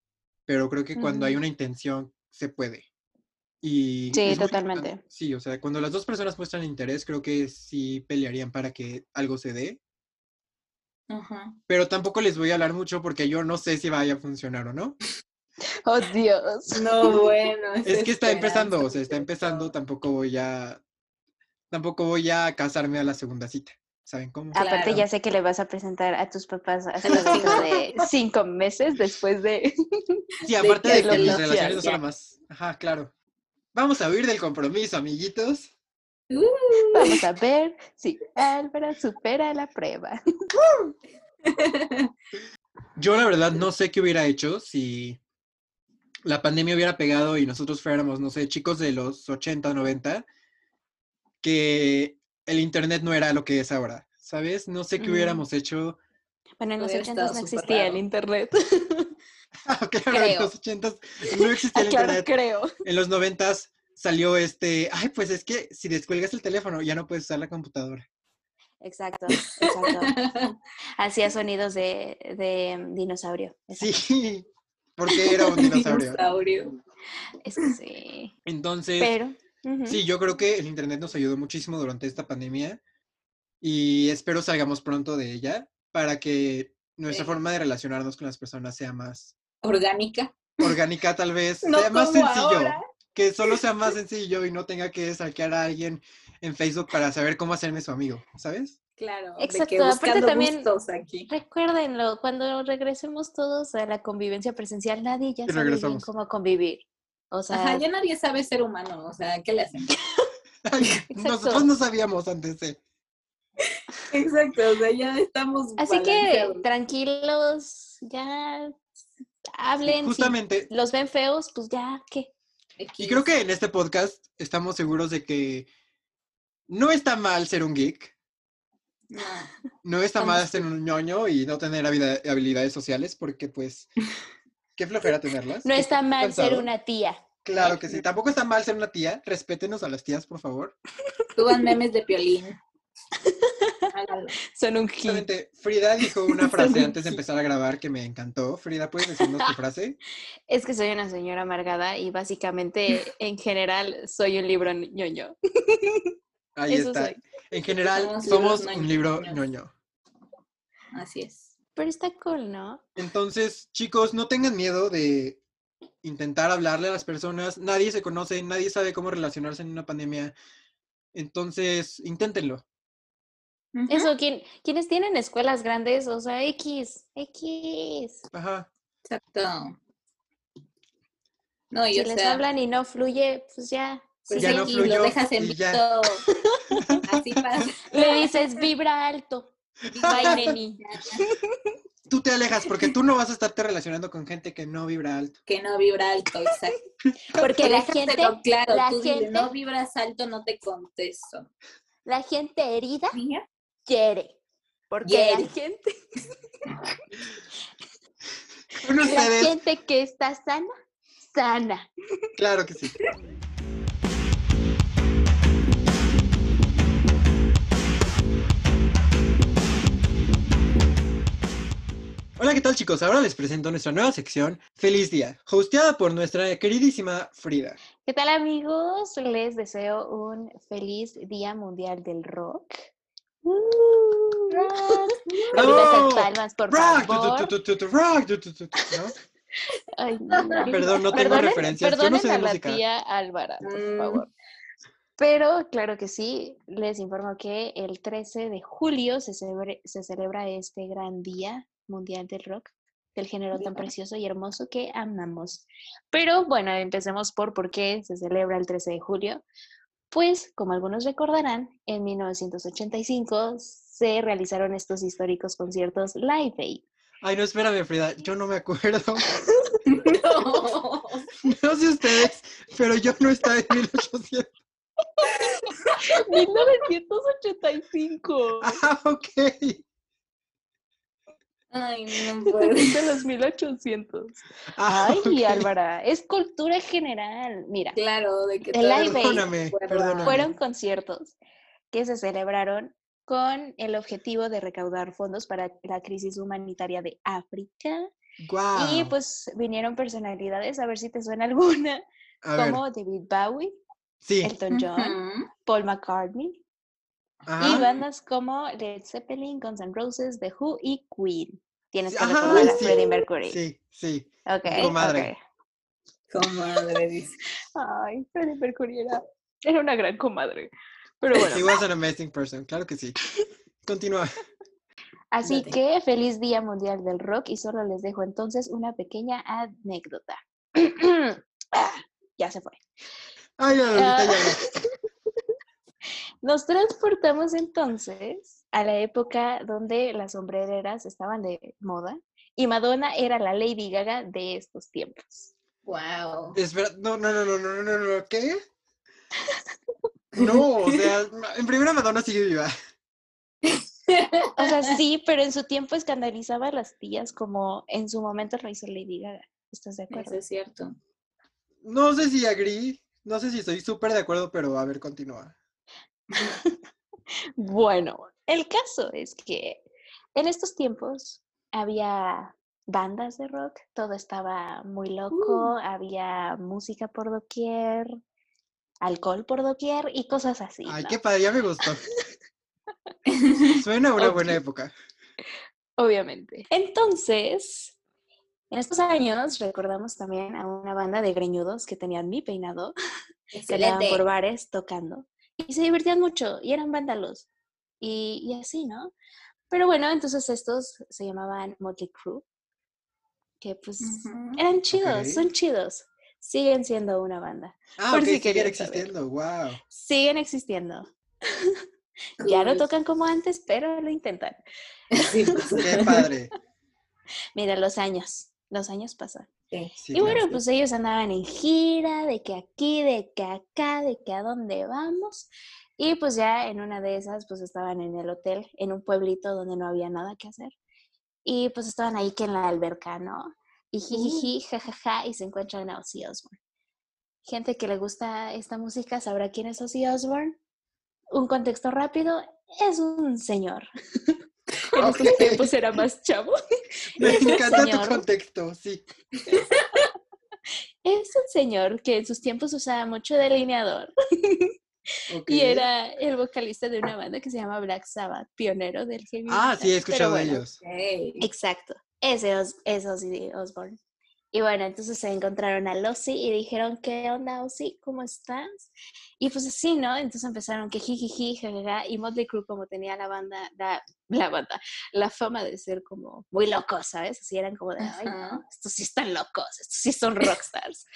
A: pero creo que cuando hay
C: Ujú.
A: una intención se puede. Y
C: Sí,
A: es muy
C: totalmente.
A: importante- Sí, o sea, cuando las dos personas muestran interés, creo que sí pelearían para que algo se dé,
B: Ajá.
A: pero tampoco les voy a hablar mucho porque yo no sé si vaya a funcionar o no.
C: Oh, Dios.
B: No, bueno.
A: Es que está
B: esperanza,
A: empezando, o sea, está
B: sobre
A: empezando,
B: todo.
A: tampoco voy a tampoco voy a casarme a la segunda cita. ¿Saben cómo?
B: Ah,
C: Aparte,
B: Claro.
C: ya sé que le vas a presentar a tus papás hasta
B: los
C: dentro de cinco meses después de...
A: Sí,
B: de
A: aparte
B: que
A: de que
B: lo
A: mis
B: conocías,
A: relaciones no
B: ya.
A: son las más. Ajá, claro. Vamos a huir del compromiso, amiguitos.
C: Vamos a ver si Álvaro supera la prueba.
A: Yo la verdad no sé qué hubiera hecho si la pandemia hubiera pegado y nosotros fuéramos, no sé, chicos de los 80, 90, que el internet no era lo que es ahora, ¿sabes? No sé qué
C: Mm.
A: hubiéramos hecho.
C: Bueno, en los
B: Hubiera estado
C: ochentas no
B: súper
C: existía el
B: raro.
C: internet.
A: Ah, claro, en
B: Creo.
A: los 80 no existía el
C: claro,
A: internet.
C: creo.
A: En los 90 salió este, ay, pues es que si descuelgas el teléfono ya no puedes usar la computadora.
C: Exacto, exacto. Hacía sonidos de, de, mm, dinosaurio. exacto.
A: Sí, porque era un dinosaurio.
B: Dinosaurio.
C: Es que sí.
A: Entonces,
C: Pero. ujú.
A: Sí, yo creo que el Internet nos ayudó muchísimo durante esta pandemia y espero salgamos pronto de ella para que nuestra
B: Sí.
A: forma de relacionarnos con las personas sea más
B: Orgánica.
A: orgánica tal vez,
B: No
A: sea más
B: como
A: sencillo,
B: ahora.
A: que solo sea más sencillo y no tenga que saquear a alguien en Facebook para saber cómo hacerme su amigo, ¿sabes?
B: Claro. De
C: Exacto,
B: que
C: aparte
B: buscando
C: también-
B: gustos aquí.
C: Recuérdenlo, cuando regresemos todos a la convivencia presencial, nadie ya
A: Y
C: sabe bien
A: regresamos.
C: cómo convivir. O sea,
B: Ajá, ya nadie sabe ser humano, o sea, ¿qué le hacen?
A: Ay, nosotros
C: Exacto.
A: no sabíamos antes de...
B: Exacto, o sea, ya estamos.
C: así que
B: balanceados.
C: tranquilos, ya hablen. si
A: Justamente,
C: los ven feos, pues ya, ¿qué?
A: y creo que en este podcast estamos seguros de que no está mal ser un geek,
B: No,
A: No está mal
C: Vamos,
A: ser un ñoño y no tener habida- habilidades sociales porque, pues, qué flojera tenerlas.
C: No
A: qué
C: está mal ser
A: cansado.
C: una tía.
A: Claro que sí. Tampoco está mal ser una tía. Respétenos a las tías, por favor.
B: suban memes de piolín. Háganlo.
C: Son un hit.
A: Justamente, Frida dijo una frase
C: Son-
A: antes de empezar a grabar que me encantó. Frida, ¿puedes decirnos tu frase?
C: Es que soy una señora amargada y básicamente en general soy un libro ñoño.
A: Ahí
C: Eso
A: está.
C: soy.
A: En general,
B: Somos libros
A: somos
B: ñoños.
A: un libro ñoño.
B: Así es.
C: Pero está cool, ¿no?
A: Entonces, chicos, no tengan miedo de intentar hablarle a las personas. Nadie se conoce, nadie sabe cómo relacionarse en una pandemia. Entonces, inténtenlo.
B: Ujú.
C: Eso, quien, quienes tienen escuelas grandes, o sea, X, X.
A: Ajá.
B: Exacto. No, y
C: Si
B: o
C: les
B: sea,
C: hablan y no fluye, pues ya.
B: pues
A: Ya no
B: X,
A: fluyó
B: lo dejas en
A: y ya.
B: visto. Así pasa.
C: Le dices, vibra alto. Bye, neni.
A: Tú te alejas porque tú no vas a estarte relacionando con gente que no vibra alto.
B: Que no vibra alto, exacto.
C: Porque la gente,
B: Déjatelo claro,
C: la
B: tú dile,
C: gente-
B: no vibras alto, no te contesto.
C: la gente herida
B: Mira,
C: quiere. Porque la
B: Hiere.
C: gente,
A: Bueno,
C: la
A: ustedes,
C: gente que está sana, sana.
A: claro que sí. Hola, ¿qué tal chicos? Ahora les presento nuestra nueva sección, Feliz Día, hosteada por nuestra queridísima Frida.
C: ¿Qué tal amigos? Les deseo un feliz Día Mundial del Rock. Uh, Ahorita
A: ¡Bravo!
C: esas palmas, por
A: Rock, tu, tu, tu,
C: favor.
A: tu, tu, rock, tu, tu, tu, tu, ¿no?
C: Ay, no, no.
A: Perdón, no tengo
C: Perdonen-
A: referencias. Yo no
C: perdonen
A: sé
C: a
A: de
C: la
A: música.
C: tía Álvara, por
B: Mm.
C: favor. Pero claro que sí, les informo que el 13 de julio se, celebre- se celebra este gran día mundial del rock, del género tan precioso y hermoso que amamos. Pero bueno, empecemos por por qué se celebra el 13 de julio. Pues, como algunos recordarán, en 1985 se realizaron estos históricos conciertos Live Aid.
A: Ay, no, espérame, Frida. Yo no me acuerdo.
B: no.
A: No sé ustedes, pero yo no estaba en 1800.
C: 1985.
A: Ah, ok.
B: Ay, no puedo.
C: de los 1800.
A: Ah,
C: Pues. Ay,
A: ok.
C: Álvara, es cultura general. Mira,
B: Claro, de que
C: El
B: todo-
C: Live Aid.
A: Perdóname,
B: Guarda.
A: perdóname.
C: fueron conciertos que se celebraron con el objetivo de recaudar fondos para la crisis humanitaria de África.
A: Guau.
C: Y pues vinieron personalidades, a ver si te suena alguna,
A: A ver,
C: como David Bowie,
A: sí.
C: Elton John,
B: Ujú.
C: Paul McCartney,
A: Ajá.
C: y bandas como Led Zeppelin, Guns N' Roses, The Who y Queen. Tienes que
A: Ajá,
C: recordar a
A: sí,
C: Freddie Mercury.
A: Sí, sí.
C: Ok,
A: comadre.
C: ok.
B: Comadre, dice.
C: Ay, Freddie Mercury era, era una gran comadre. Pero bueno.
A: He was an amazing person, claro que sí. Continúa.
C: Así
B: Date.
C: que feliz Día Mundial del Rock y solo les dejo entonces una pequeña anécdota. Ah, ya se fue.
A: Ay, la Lolita
C: Ah.
A: ya no.
C: Nos transportamos entonces a la época donde las sombrereras estaban de moda y Madonna era la Lady Gaga de estos tiempos.
B: Wow.
A: Espera, no, no, no, no, no, no, no, no, ¿qué? No, o sea, en primera Madonna sigue viva.
C: O sea, sí, pero en su tiempo escandalizaba a las tías como en su momento lo hizo Lady Gaga. ¿Estás de acuerdo?
B: Eso es cierto.
A: No sé si agree, no sé si estoy súper de acuerdo, pero a ver, continúa.
C: Bueno, el caso es que en estos tiempos había bandas de rock, todo estaba muy
A: Uh.
C: loco, había música por doquier, alcohol por doquier y cosas así.
A: Ay,
C: ¿no?
A: qué padre, ya me gustó. Suena una buena época.
C: Obviamente. Entonces, en estos años recordamos también a una banda de greñudos que tenían mi peinado, que andaban por
B: Excelente.
C: bares tocando y se divertían mucho y eran vándalos y, y así, ¿no? Pero bueno, entonces estos se llamaban Motley Crue, que pues
B: Ujú.
C: eran chidos,
A: Ok.
C: son chidos, siguen siendo una banda,
A: Ah,
C: Por
A: ok,
C: si
A: siguen
C: querían saber.
A: existiendo, wow.
C: siguen existiendo. Ya no
B: Cool.
C: tocan como antes, pero lo intentan.
B: Sí, pues,
A: Qué padre.
C: Mira, los años, los años pasan.
B: sí.
A: Sí,
C: y
A: claro.
C: bueno, pues ellos andaban en gira, de que aquí, de que acá, de que a dónde vamos. Y pues ya en una de esas, pues estaban en el hotel, en un pueblito donde no había nada que hacer. Y pues estaban ahí que en la alberca, ¿no? Y
A: Mm.
C: jijiji, jajaja, y se encuentran a Ozzy Osbourne. Gente que le gusta esta música sabrá quién es Ozzy Osbourne. Un contexto rápido, es un señor. en estos
A: Ok.
C: tiempos era más chavo.
A: Me
C: Ese
A: encanta tu
C: señor.
A: contexto, sí.
C: Es un señor que en sus tiempos usaba mucho delineador.
A: Ok.
C: Y era el vocalista de una banda que se llama Black Sabbath, pionero del heavy
A: Ah,
C: metal,
A: sí, he
C: pero
A: escuchado de
C: bueno.
A: ellos.
B: Ok.
C: Exacto, ese Os- es Ozzy Osbourne. Y bueno, entonces se encontraron a Ozzy y dijeron, ¿qué onda Ozzy? ¿Cómo estás? Y pues así, ¿no? Entonces empezaron que jijiji, jajaja, y Motley Crue como tenía la banda, la, la banda, la fama de ser como muy locos, ¿sabes? Así eran como de, ay,
B: Ajá.
C: no, estos sí están locos, estos sí son rockstars.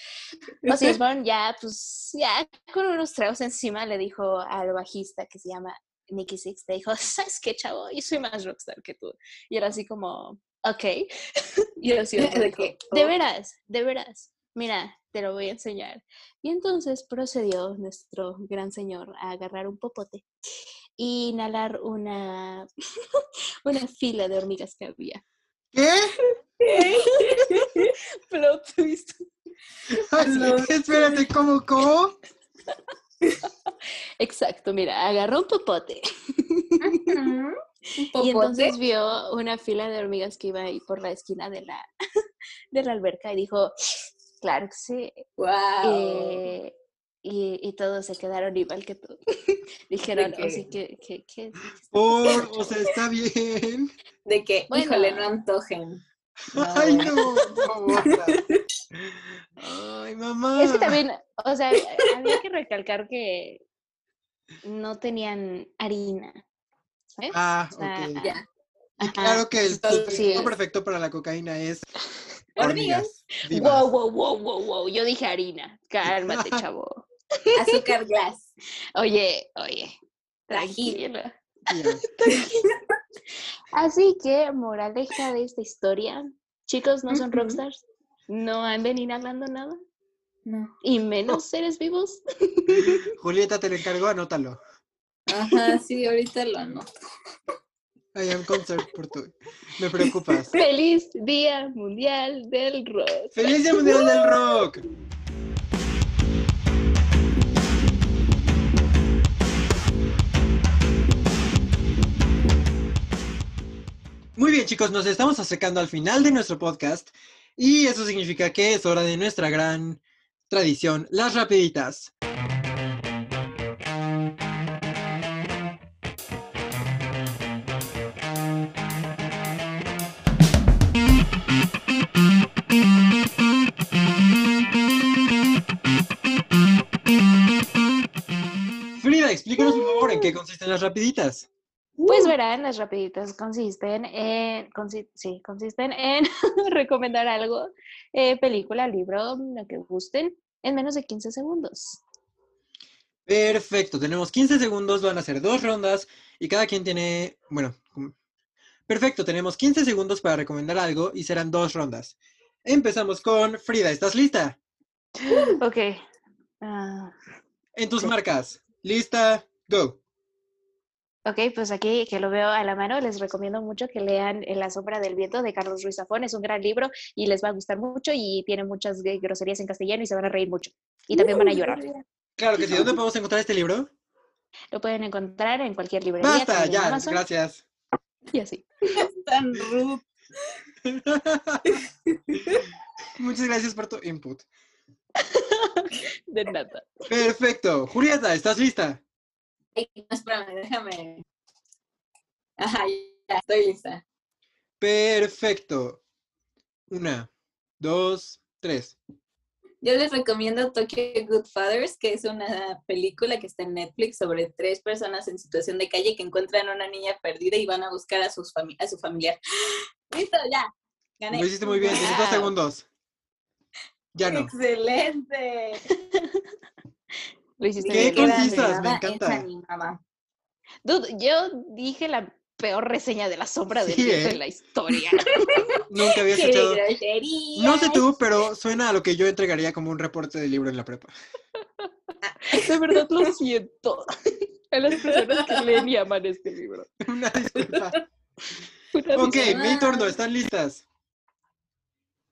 C: Ozzy Osbourne ya, pues, ya con unos tragos encima le dijo al bajista que se llama Nicky Six, le dijo, ¿sabes qué, chavo? Yo soy más rockstar que tú. Y era así como, ok. y era así,
B: De
C: de,
B: que,
C: de
B: oh.
C: veras, de veras. Mira, te lo voy a enseñar. Y entonces procedió nuestro gran señor a agarrar un popote e inhalar una, una fila de hormigas que había.
A: ¿Qué?
C: Plot twist.
A: Ay, Espérate, ¿cómo, cómo?
C: Exacto, mira, agarró un popote.
B: Un
C: Y
B: popote.
C: entonces vio una fila de hormigas que iba ahí por la esquina de la, de la alberca y dijo, claro que sí.
B: Wow.
C: Eh, y, y todos se quedaron igual que tú. Dijeron,
B: que-
C: o sí, que, que, que-
A: Por, Oh, o sea, está bien.
B: De que,
C: Bueno.
B: híjole, no antojen. No,
A: Ay,
B: bueno.
A: no, no, basta. Ay, mamá.
C: Es que también, o sea, había que recalcar que no tenían harina. ¿sabes?
A: Ah,
C: O sea,
A: ok.
B: ya.
A: Y
C: ajá,
A: claro que el
C: entonces, ah, sí,
A: sustituto perfecto para la cocaína es hormigas.
B: Hormigas.
A: vivas.
C: Wow, wow, wow, wow, wow. Yo dije harina. Cálmate, chavo.
B: Azúcar glass.
C: Oye, oye.
B: Trají.
C: Tranquila.
A: Ya.
C: Así que, moraleja de esta historia, chicos, no son
B: Ujú.
C: rockstars, no anden inhalando nada,
B: No.
C: y menos seres vivos.
A: Julieta, te lo encargo, anótalo.
B: Ajá, sí, ahorita lo anoto.
A: I am concerned por tu. Me preocupas.
C: Feliz Día Mundial del Rock.
A: ¡Feliz Día Mundial del Rock! Muy bien, chicos, nos estamos acercando al final de nuestro podcast y eso significa que es hora de nuestra gran tradición, las rapiditas. Frida, explícanos por favor en qué consisten las rapiditas.
C: Pues verán, las rapiditas consisten en, consi- sí, consisten en recomendar algo, eh, película, libro, lo que gusten, en menos de 15 segundos.
A: Perfecto, tenemos 15 segundos, van a ser dos rondas y cada quien tiene, bueno, mm, perfecto, tenemos 15 segundos para recomendar algo y serán dos rondas. Empezamos con Frida, ¿estás lista?
C: Ok. Ah,
A: En tus marcas, lista, go.
C: Ok, pues aquí que lo veo a la mano, les recomiendo mucho que lean En La sombra del viento de Carlos Ruiz Zafón. Es un gran libro y les va a gustar mucho y tiene muchas gr- groserías en castellano y se van a reír mucho. Y también van a llorar.
A: Claro que sí, ¿dónde podemos encontrar este libro?
C: Lo pueden encontrar en cualquier librería,
A: Basta,
C: también en
A: ya,
C: Amazon
A: gracias.
C: y así.
B: Tan rude.
A: Muchas gracias por tu input.
C: De nada.
A: Perfecto, Julieta, ¿estás lista?
B: Ay, no, espérame, déjame. Ajá, ya estoy lista.
A: Perfecto. Una, dos, tres.
B: Yo les recomiendo Tokyo Good Fathers, que es una película que está en Netflix sobre tres personas en situación de calle que encuentran a una niña perdida y van a buscar a, sus fami- a su familiar. Listo, ya. Gané.
A: Lo hiciste muy bien, tienes dos
C: Wow.
A: segundos. Ya no.
B: Excelente.
C: Lo hiciste
A: ¿Qué
C: bien.
A: consiste? concisas? Me
B: animada,
A: encanta.
B: Es animada.
C: Dude, yo dije la peor reseña de La sombra del
A: Sí,
C: viento
A: ¿eh?
C: en la historia.
A: Nunca había
B: ¡Qué
A: escuchado.
B: grosería!
A: No sé tú, pero suena a lo que yo entregaría como un reporte de libro en la prepa.
C: De verdad lo siento. A las personas que leen y aman este libro.
A: Una disculpa.
C: Una
A: Ok,
C: disculpa.
A: mi turno, ¿están listas?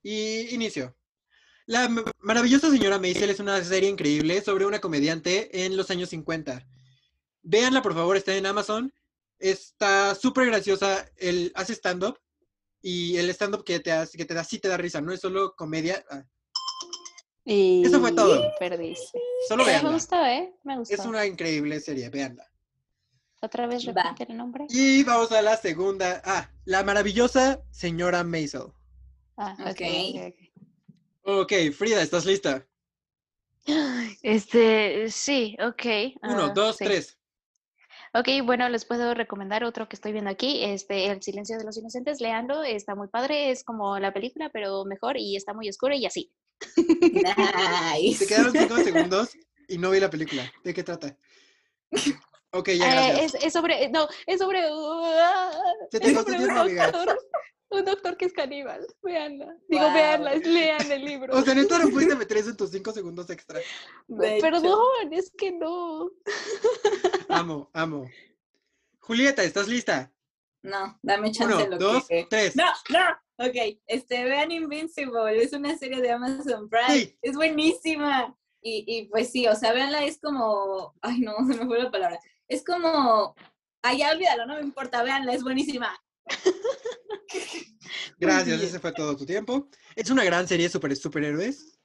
A: Y inicio. La m- maravillosa señora Maisel es una serie increíble sobre una comediante en los años 50. Véanla, por favor, está en Amazon. Está súper graciosa. Él hace stand-up y el stand-up que te hace, que te da, sí te da risa, no es solo comedia. ah.
C: Y
A: Eso fue todo.
C: Perdiste.
A: Solo
C: Pero me
A: veanla.
C: gustó, ¿eh? Me gustó.
A: Es una increíble serie, veanla.
C: Otra vez
B: Va.
C: repite el nombre.
A: Y vamos a la segunda. Ah, la maravillosa señora Maisel.
C: Ah, ok.
B: Ok.
C: ok,
A: Ok, Frida, ¿estás lista?
C: ok. Este, sí, ok.
A: Uno,
C: ah,
A: dos,
C: sí.
A: tres.
C: Ok, bueno, les puedo recomendar otro que estoy viendo aquí, este, El silencio de los inocentes, leanlo, está muy padre, es como la película, pero mejor y está muy oscuro y así.
A: Te
B: Nice.
A: quedaron cinco segundos y no vi la película. ¿De qué trata? Ok, ya
C: Eh,
A: gracias.
C: es, es sobre, no, es sobre, ah,
A: Se te
C: es
A: cortó
C: sobre
A: el
C: un
A: tiempo, amiga.
C: doctor, un doctor que es caníbal, veanla, digo,
B: Guau.
C: veanla, es- lean el libro.
A: O sea, neta, no pudiste meter eso en tus cinco segundos extra.
B: de hecho.
C: Perdón, es que no.
A: Amo, amo. Julieta, ¿estás lista?
B: No, dame chance
A: Uno,
B: en lo
A: dos,
B: que...
A: tres.
B: No, no. Ok, este, vean Invincible, es una serie de Amazon Prime,
A: Sí.
B: es buenísima. Y, y pues sí, o sea, veanla, es como, ay no, se me fue la palabra. Es como, ay, ya olvídalo, no me importa, veanla, es buenísima.
A: Gracias,
C: bien.
A: ese fue todo tu tiempo. Es una gran serie sobre superhéroes.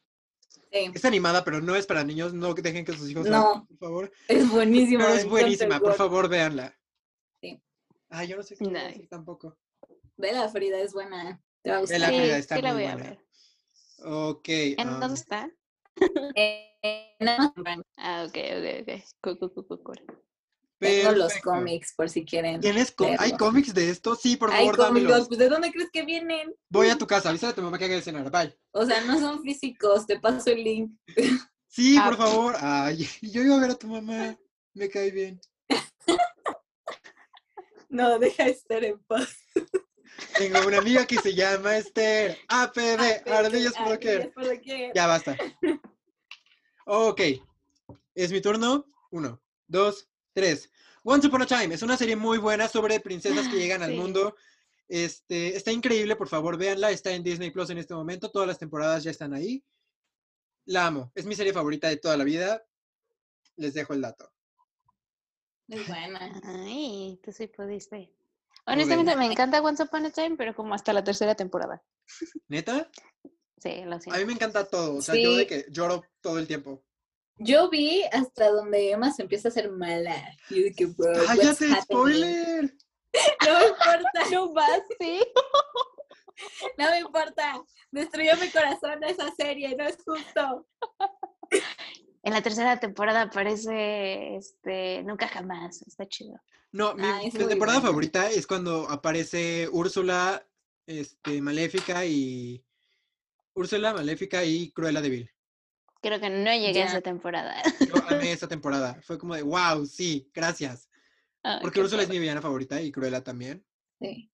B: Sí,
A: Es animada, pero no es para niños. No dejen que sus hijos la
B: No.
A: vean, por favor.
B: es buenísima.
A: Pero
B: me
A: es
B: encanta
A: buenísima,
B: el
A: por
B: gore.
A: favor, véanla.
B: Sí.
A: Ah, yo no sé qué voy a
C: Nice.
A: decir tampoco.
B: Vela, Frida, es buena. Te va a gustar.
A: La Vela.
C: Sí,
A: Frida está
C: sí la
A: muy
C: voy a
A: buena.
C: ver.
A: Ok.
C: ¿En
A: um,
C: dónde está?
B: Eh, en Amazon Prime
C: Ah, ok, ok, ok. Cool, cool, cool, cool, cool.
B: tengo los
A: perfecto.
B: cómics por si quieren.
A: ¿Tienes có- ¿Hay
B: leerlo.
A: cómics de esto? Sí, por
B: Ay,
A: favor,
B: cómicos,
A: dámelos.
B: pues ¿de dónde crees que vienen?
A: Voy a tu casa, avísale a tu mamá que haga de cenar. Bye.
B: O sea, no son físicos, te paso el link.
A: Sí,
C: Ah,
A: por favor. Ay, yo iba a ver a tu mamá. Me cae bien.
B: No, deja de estar en paz.
A: Tengo una amiga que se llama Esther. APB, Ardillas
B: Ah,
A: Broker.
B: ardillas por doquier.
A: Ya basta. Ok. Es mi turno. Uno, dos, tres. Once Upon a Time. Es una serie muy buena sobre princesas que llegan al
C: Sí.
A: mundo. Este, está increíble, por favor, véanla. Está en Disney Plus en este momento. Todas las temporadas ya están ahí. La amo. Es mi serie favorita de toda la vida. Les dejo el dato.
B: Es buena.
C: Ay, tú sí pudiste. Honestamente me encanta Once Upon a Time, pero como hasta la tercera temporada.
A: ¿Neta?
C: Sí, lo
A: A
C: siento.
A: mí me encanta todo. O sea, yo
B: Sí.
A: de que lloro todo el tiempo.
B: Yo vi hasta donde Emma se empieza a hacer mala. Y yo de que, bro, what's
A: ¡Cállate,
B: happening?
A: Ah, spoiler!
B: No me importa,
C: No más, sí.
B: no me importa. Destruyó mi corazón esa serie, no es justo.
C: En la tercera temporada aparece este Nunca Jamás. Está chido.
A: No, mi
B: Ah, es
A: mi
B: muy
A: temporada
B: buena.
A: favorita es cuando aparece Úrsula, este, Maléfica y. Úrsula, Maléfica y Cruella de Vil.
C: Creo que no llegué
B: Ya.
C: a esa temporada.
A: Yo amé esa temporada. Fue como de, wow, sí, gracias.
C: Ay,
A: Porque
C: qué
A: Úrsula es
C: padre.
A: mi villana favorita y Cruella también.
B: Sí.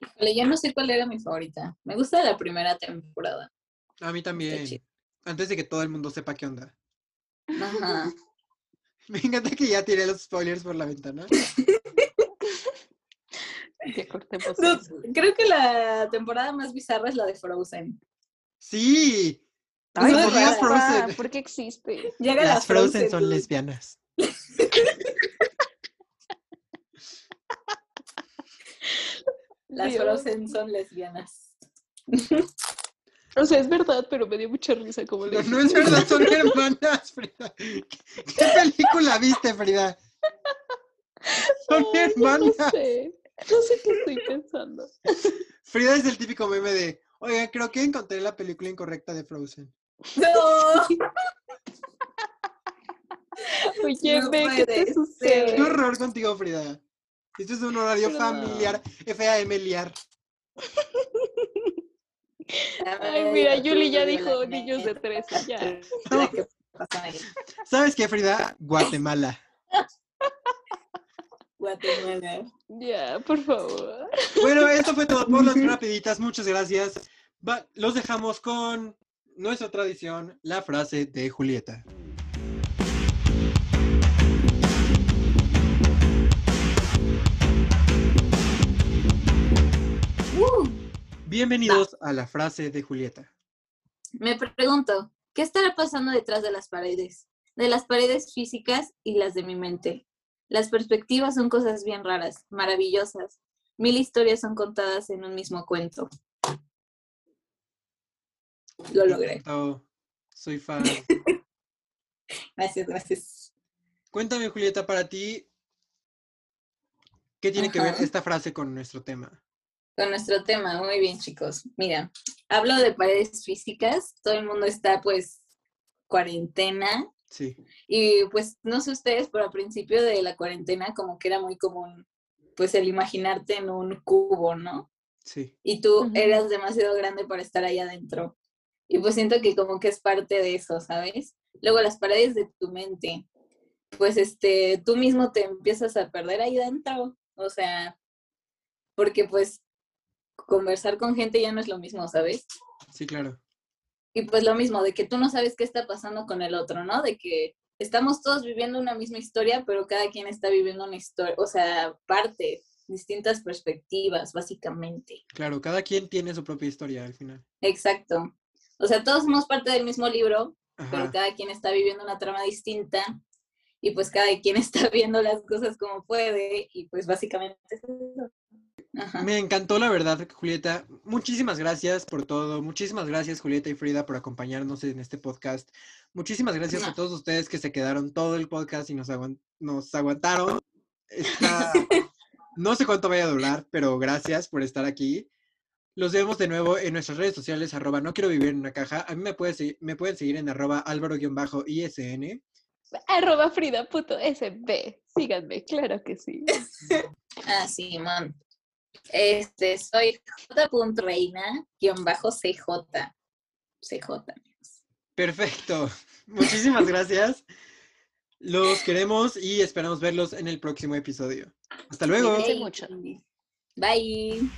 B: Híjole, yo no sé cuál era mi favorita. Me gusta la primera temporada.
A: A mí también.
B: chido.
A: Antes de que todo el mundo sepa qué onda.
B: Ajá.
A: Me encanta que ya tiré los spoilers por la ventana.
C: Ya cortemos
B: No,
C: eso.
B: creo que la temporada más bizarra es la de Frozen.
A: Sí,
C: Ay,
B: no
C: ¿por
B: digas
C: qué?
A: Frozen.
C: Ah, ¿Por qué existe?
B: Llega la dude.
A: lesbianas.
B: Las
C: Dios.
B: Frozen son lesbianas.
C: O sea, es verdad, pero me dio mucha risa como
A: No,
C: le
A: no es verdad, son hermanas, Frida. ¿Qué, qué película viste, Frida? Son
C: Ay, yo
A: hermanas.
C: No sé. No sé qué estoy pensando.
A: Frida es el típico meme de, oigan, creo que encontré la película incorrecta de Frozen.
B: No,
C: Oye,
B: No
C: ve,
B: puede
C: ¿qué te
B: ser.
A: Qué
C: sucede?
A: horror contigo, Frida. Esto es un horario
C: No.
A: familiar, FAM liar.
C: Ay, mira, Yuli ya dijo niños de 13, ya.
B: La que pasó ahí.
A: ¿Sabes qué, Frida? Guatemala.
B: Guatemala.
C: Ya, por favor.
A: Bueno, esto fue todo por las rapiditas. Muchas gracias. Va- los dejamos con nuestra tradición, la frase de Julieta.
B: Uh,
A: Bienvenidos a la frase de Julieta.
B: me pregunto, ¿qué estará pasando detrás de las paredes? De las paredes físicas y las de mi mente. Las perspectivas son cosas bien raras, maravillosas. Mil historias son contadas en un mismo cuento. Lo logré.
A: Intentó- Soy fan.
B: Gracias, gracias.
A: Cuéntame, Julieta, para ti, ¿qué tiene que ver
B: Ajá.
A: esta frase con nuestro tema?
B: Con nuestro tema, muy bien, chicos. Mira, hablo de paredes físicas. Todo el mundo está, pues, cuarentena.
A: Sí.
B: Y pues, no sé ustedes, pero al principio de la cuarentena, como que era muy común, pues, el imaginarte en un cubo, ¿no?
A: Sí,
B: y tú
C: Ujú.
B: eras demasiado grande para estar ahí adentro. Y pues siento que como que es parte de eso, ¿sabes? Luego las paredes de tu mente, pues este, tú mismo te empiezas a perder ahí dentro, o sea, porque pues conversar con gente ya no es lo mismo, ¿sabes?
A: sí, claro.
B: Y pues lo mismo, de que tú no sabes qué está pasando con el otro, ¿no? De que estamos todos viviendo una misma historia, pero cada quien está viviendo una historia, o sea, parte, distintas perspectivas, básicamente.
A: Claro, cada quien tiene su propia historia al final.
B: Exacto. O sea, todos somos parte del mismo libro, pero
A: Ajá.
B: cada quien está viviendo una trama distinta y pues cada quien está viendo las cosas como puede y pues básicamente es eso. Ajá.
A: Me encantó la verdad, Julieta. Muchísimas gracias por todo. Muchísimas gracias, Julieta y Frida, por acompañarnos en este podcast. Muchísimas gracias a
B: No.
A: todos ustedes que se quedaron todo el podcast y nos, aguan- nos aguantaron. Está- No sé cuánto vaya a durar, pero gracias por estar aquí. Los vemos de nuevo en nuestras redes sociales, arroba no quiero vivir en una caja. A mí me, puede se- me pueden seguir en arroba álvaro-isn.
C: Arroba frida.sb. Síganme, claro que sí.
B: Ah, sí, man. Este, soy j.reina-cj. CJ.
A: Perfecto. Muchísimas gracias. Los queremos y esperamos verlos en el próximo episodio. Hasta luego.
C: Cuídense mucho.
B: Bye.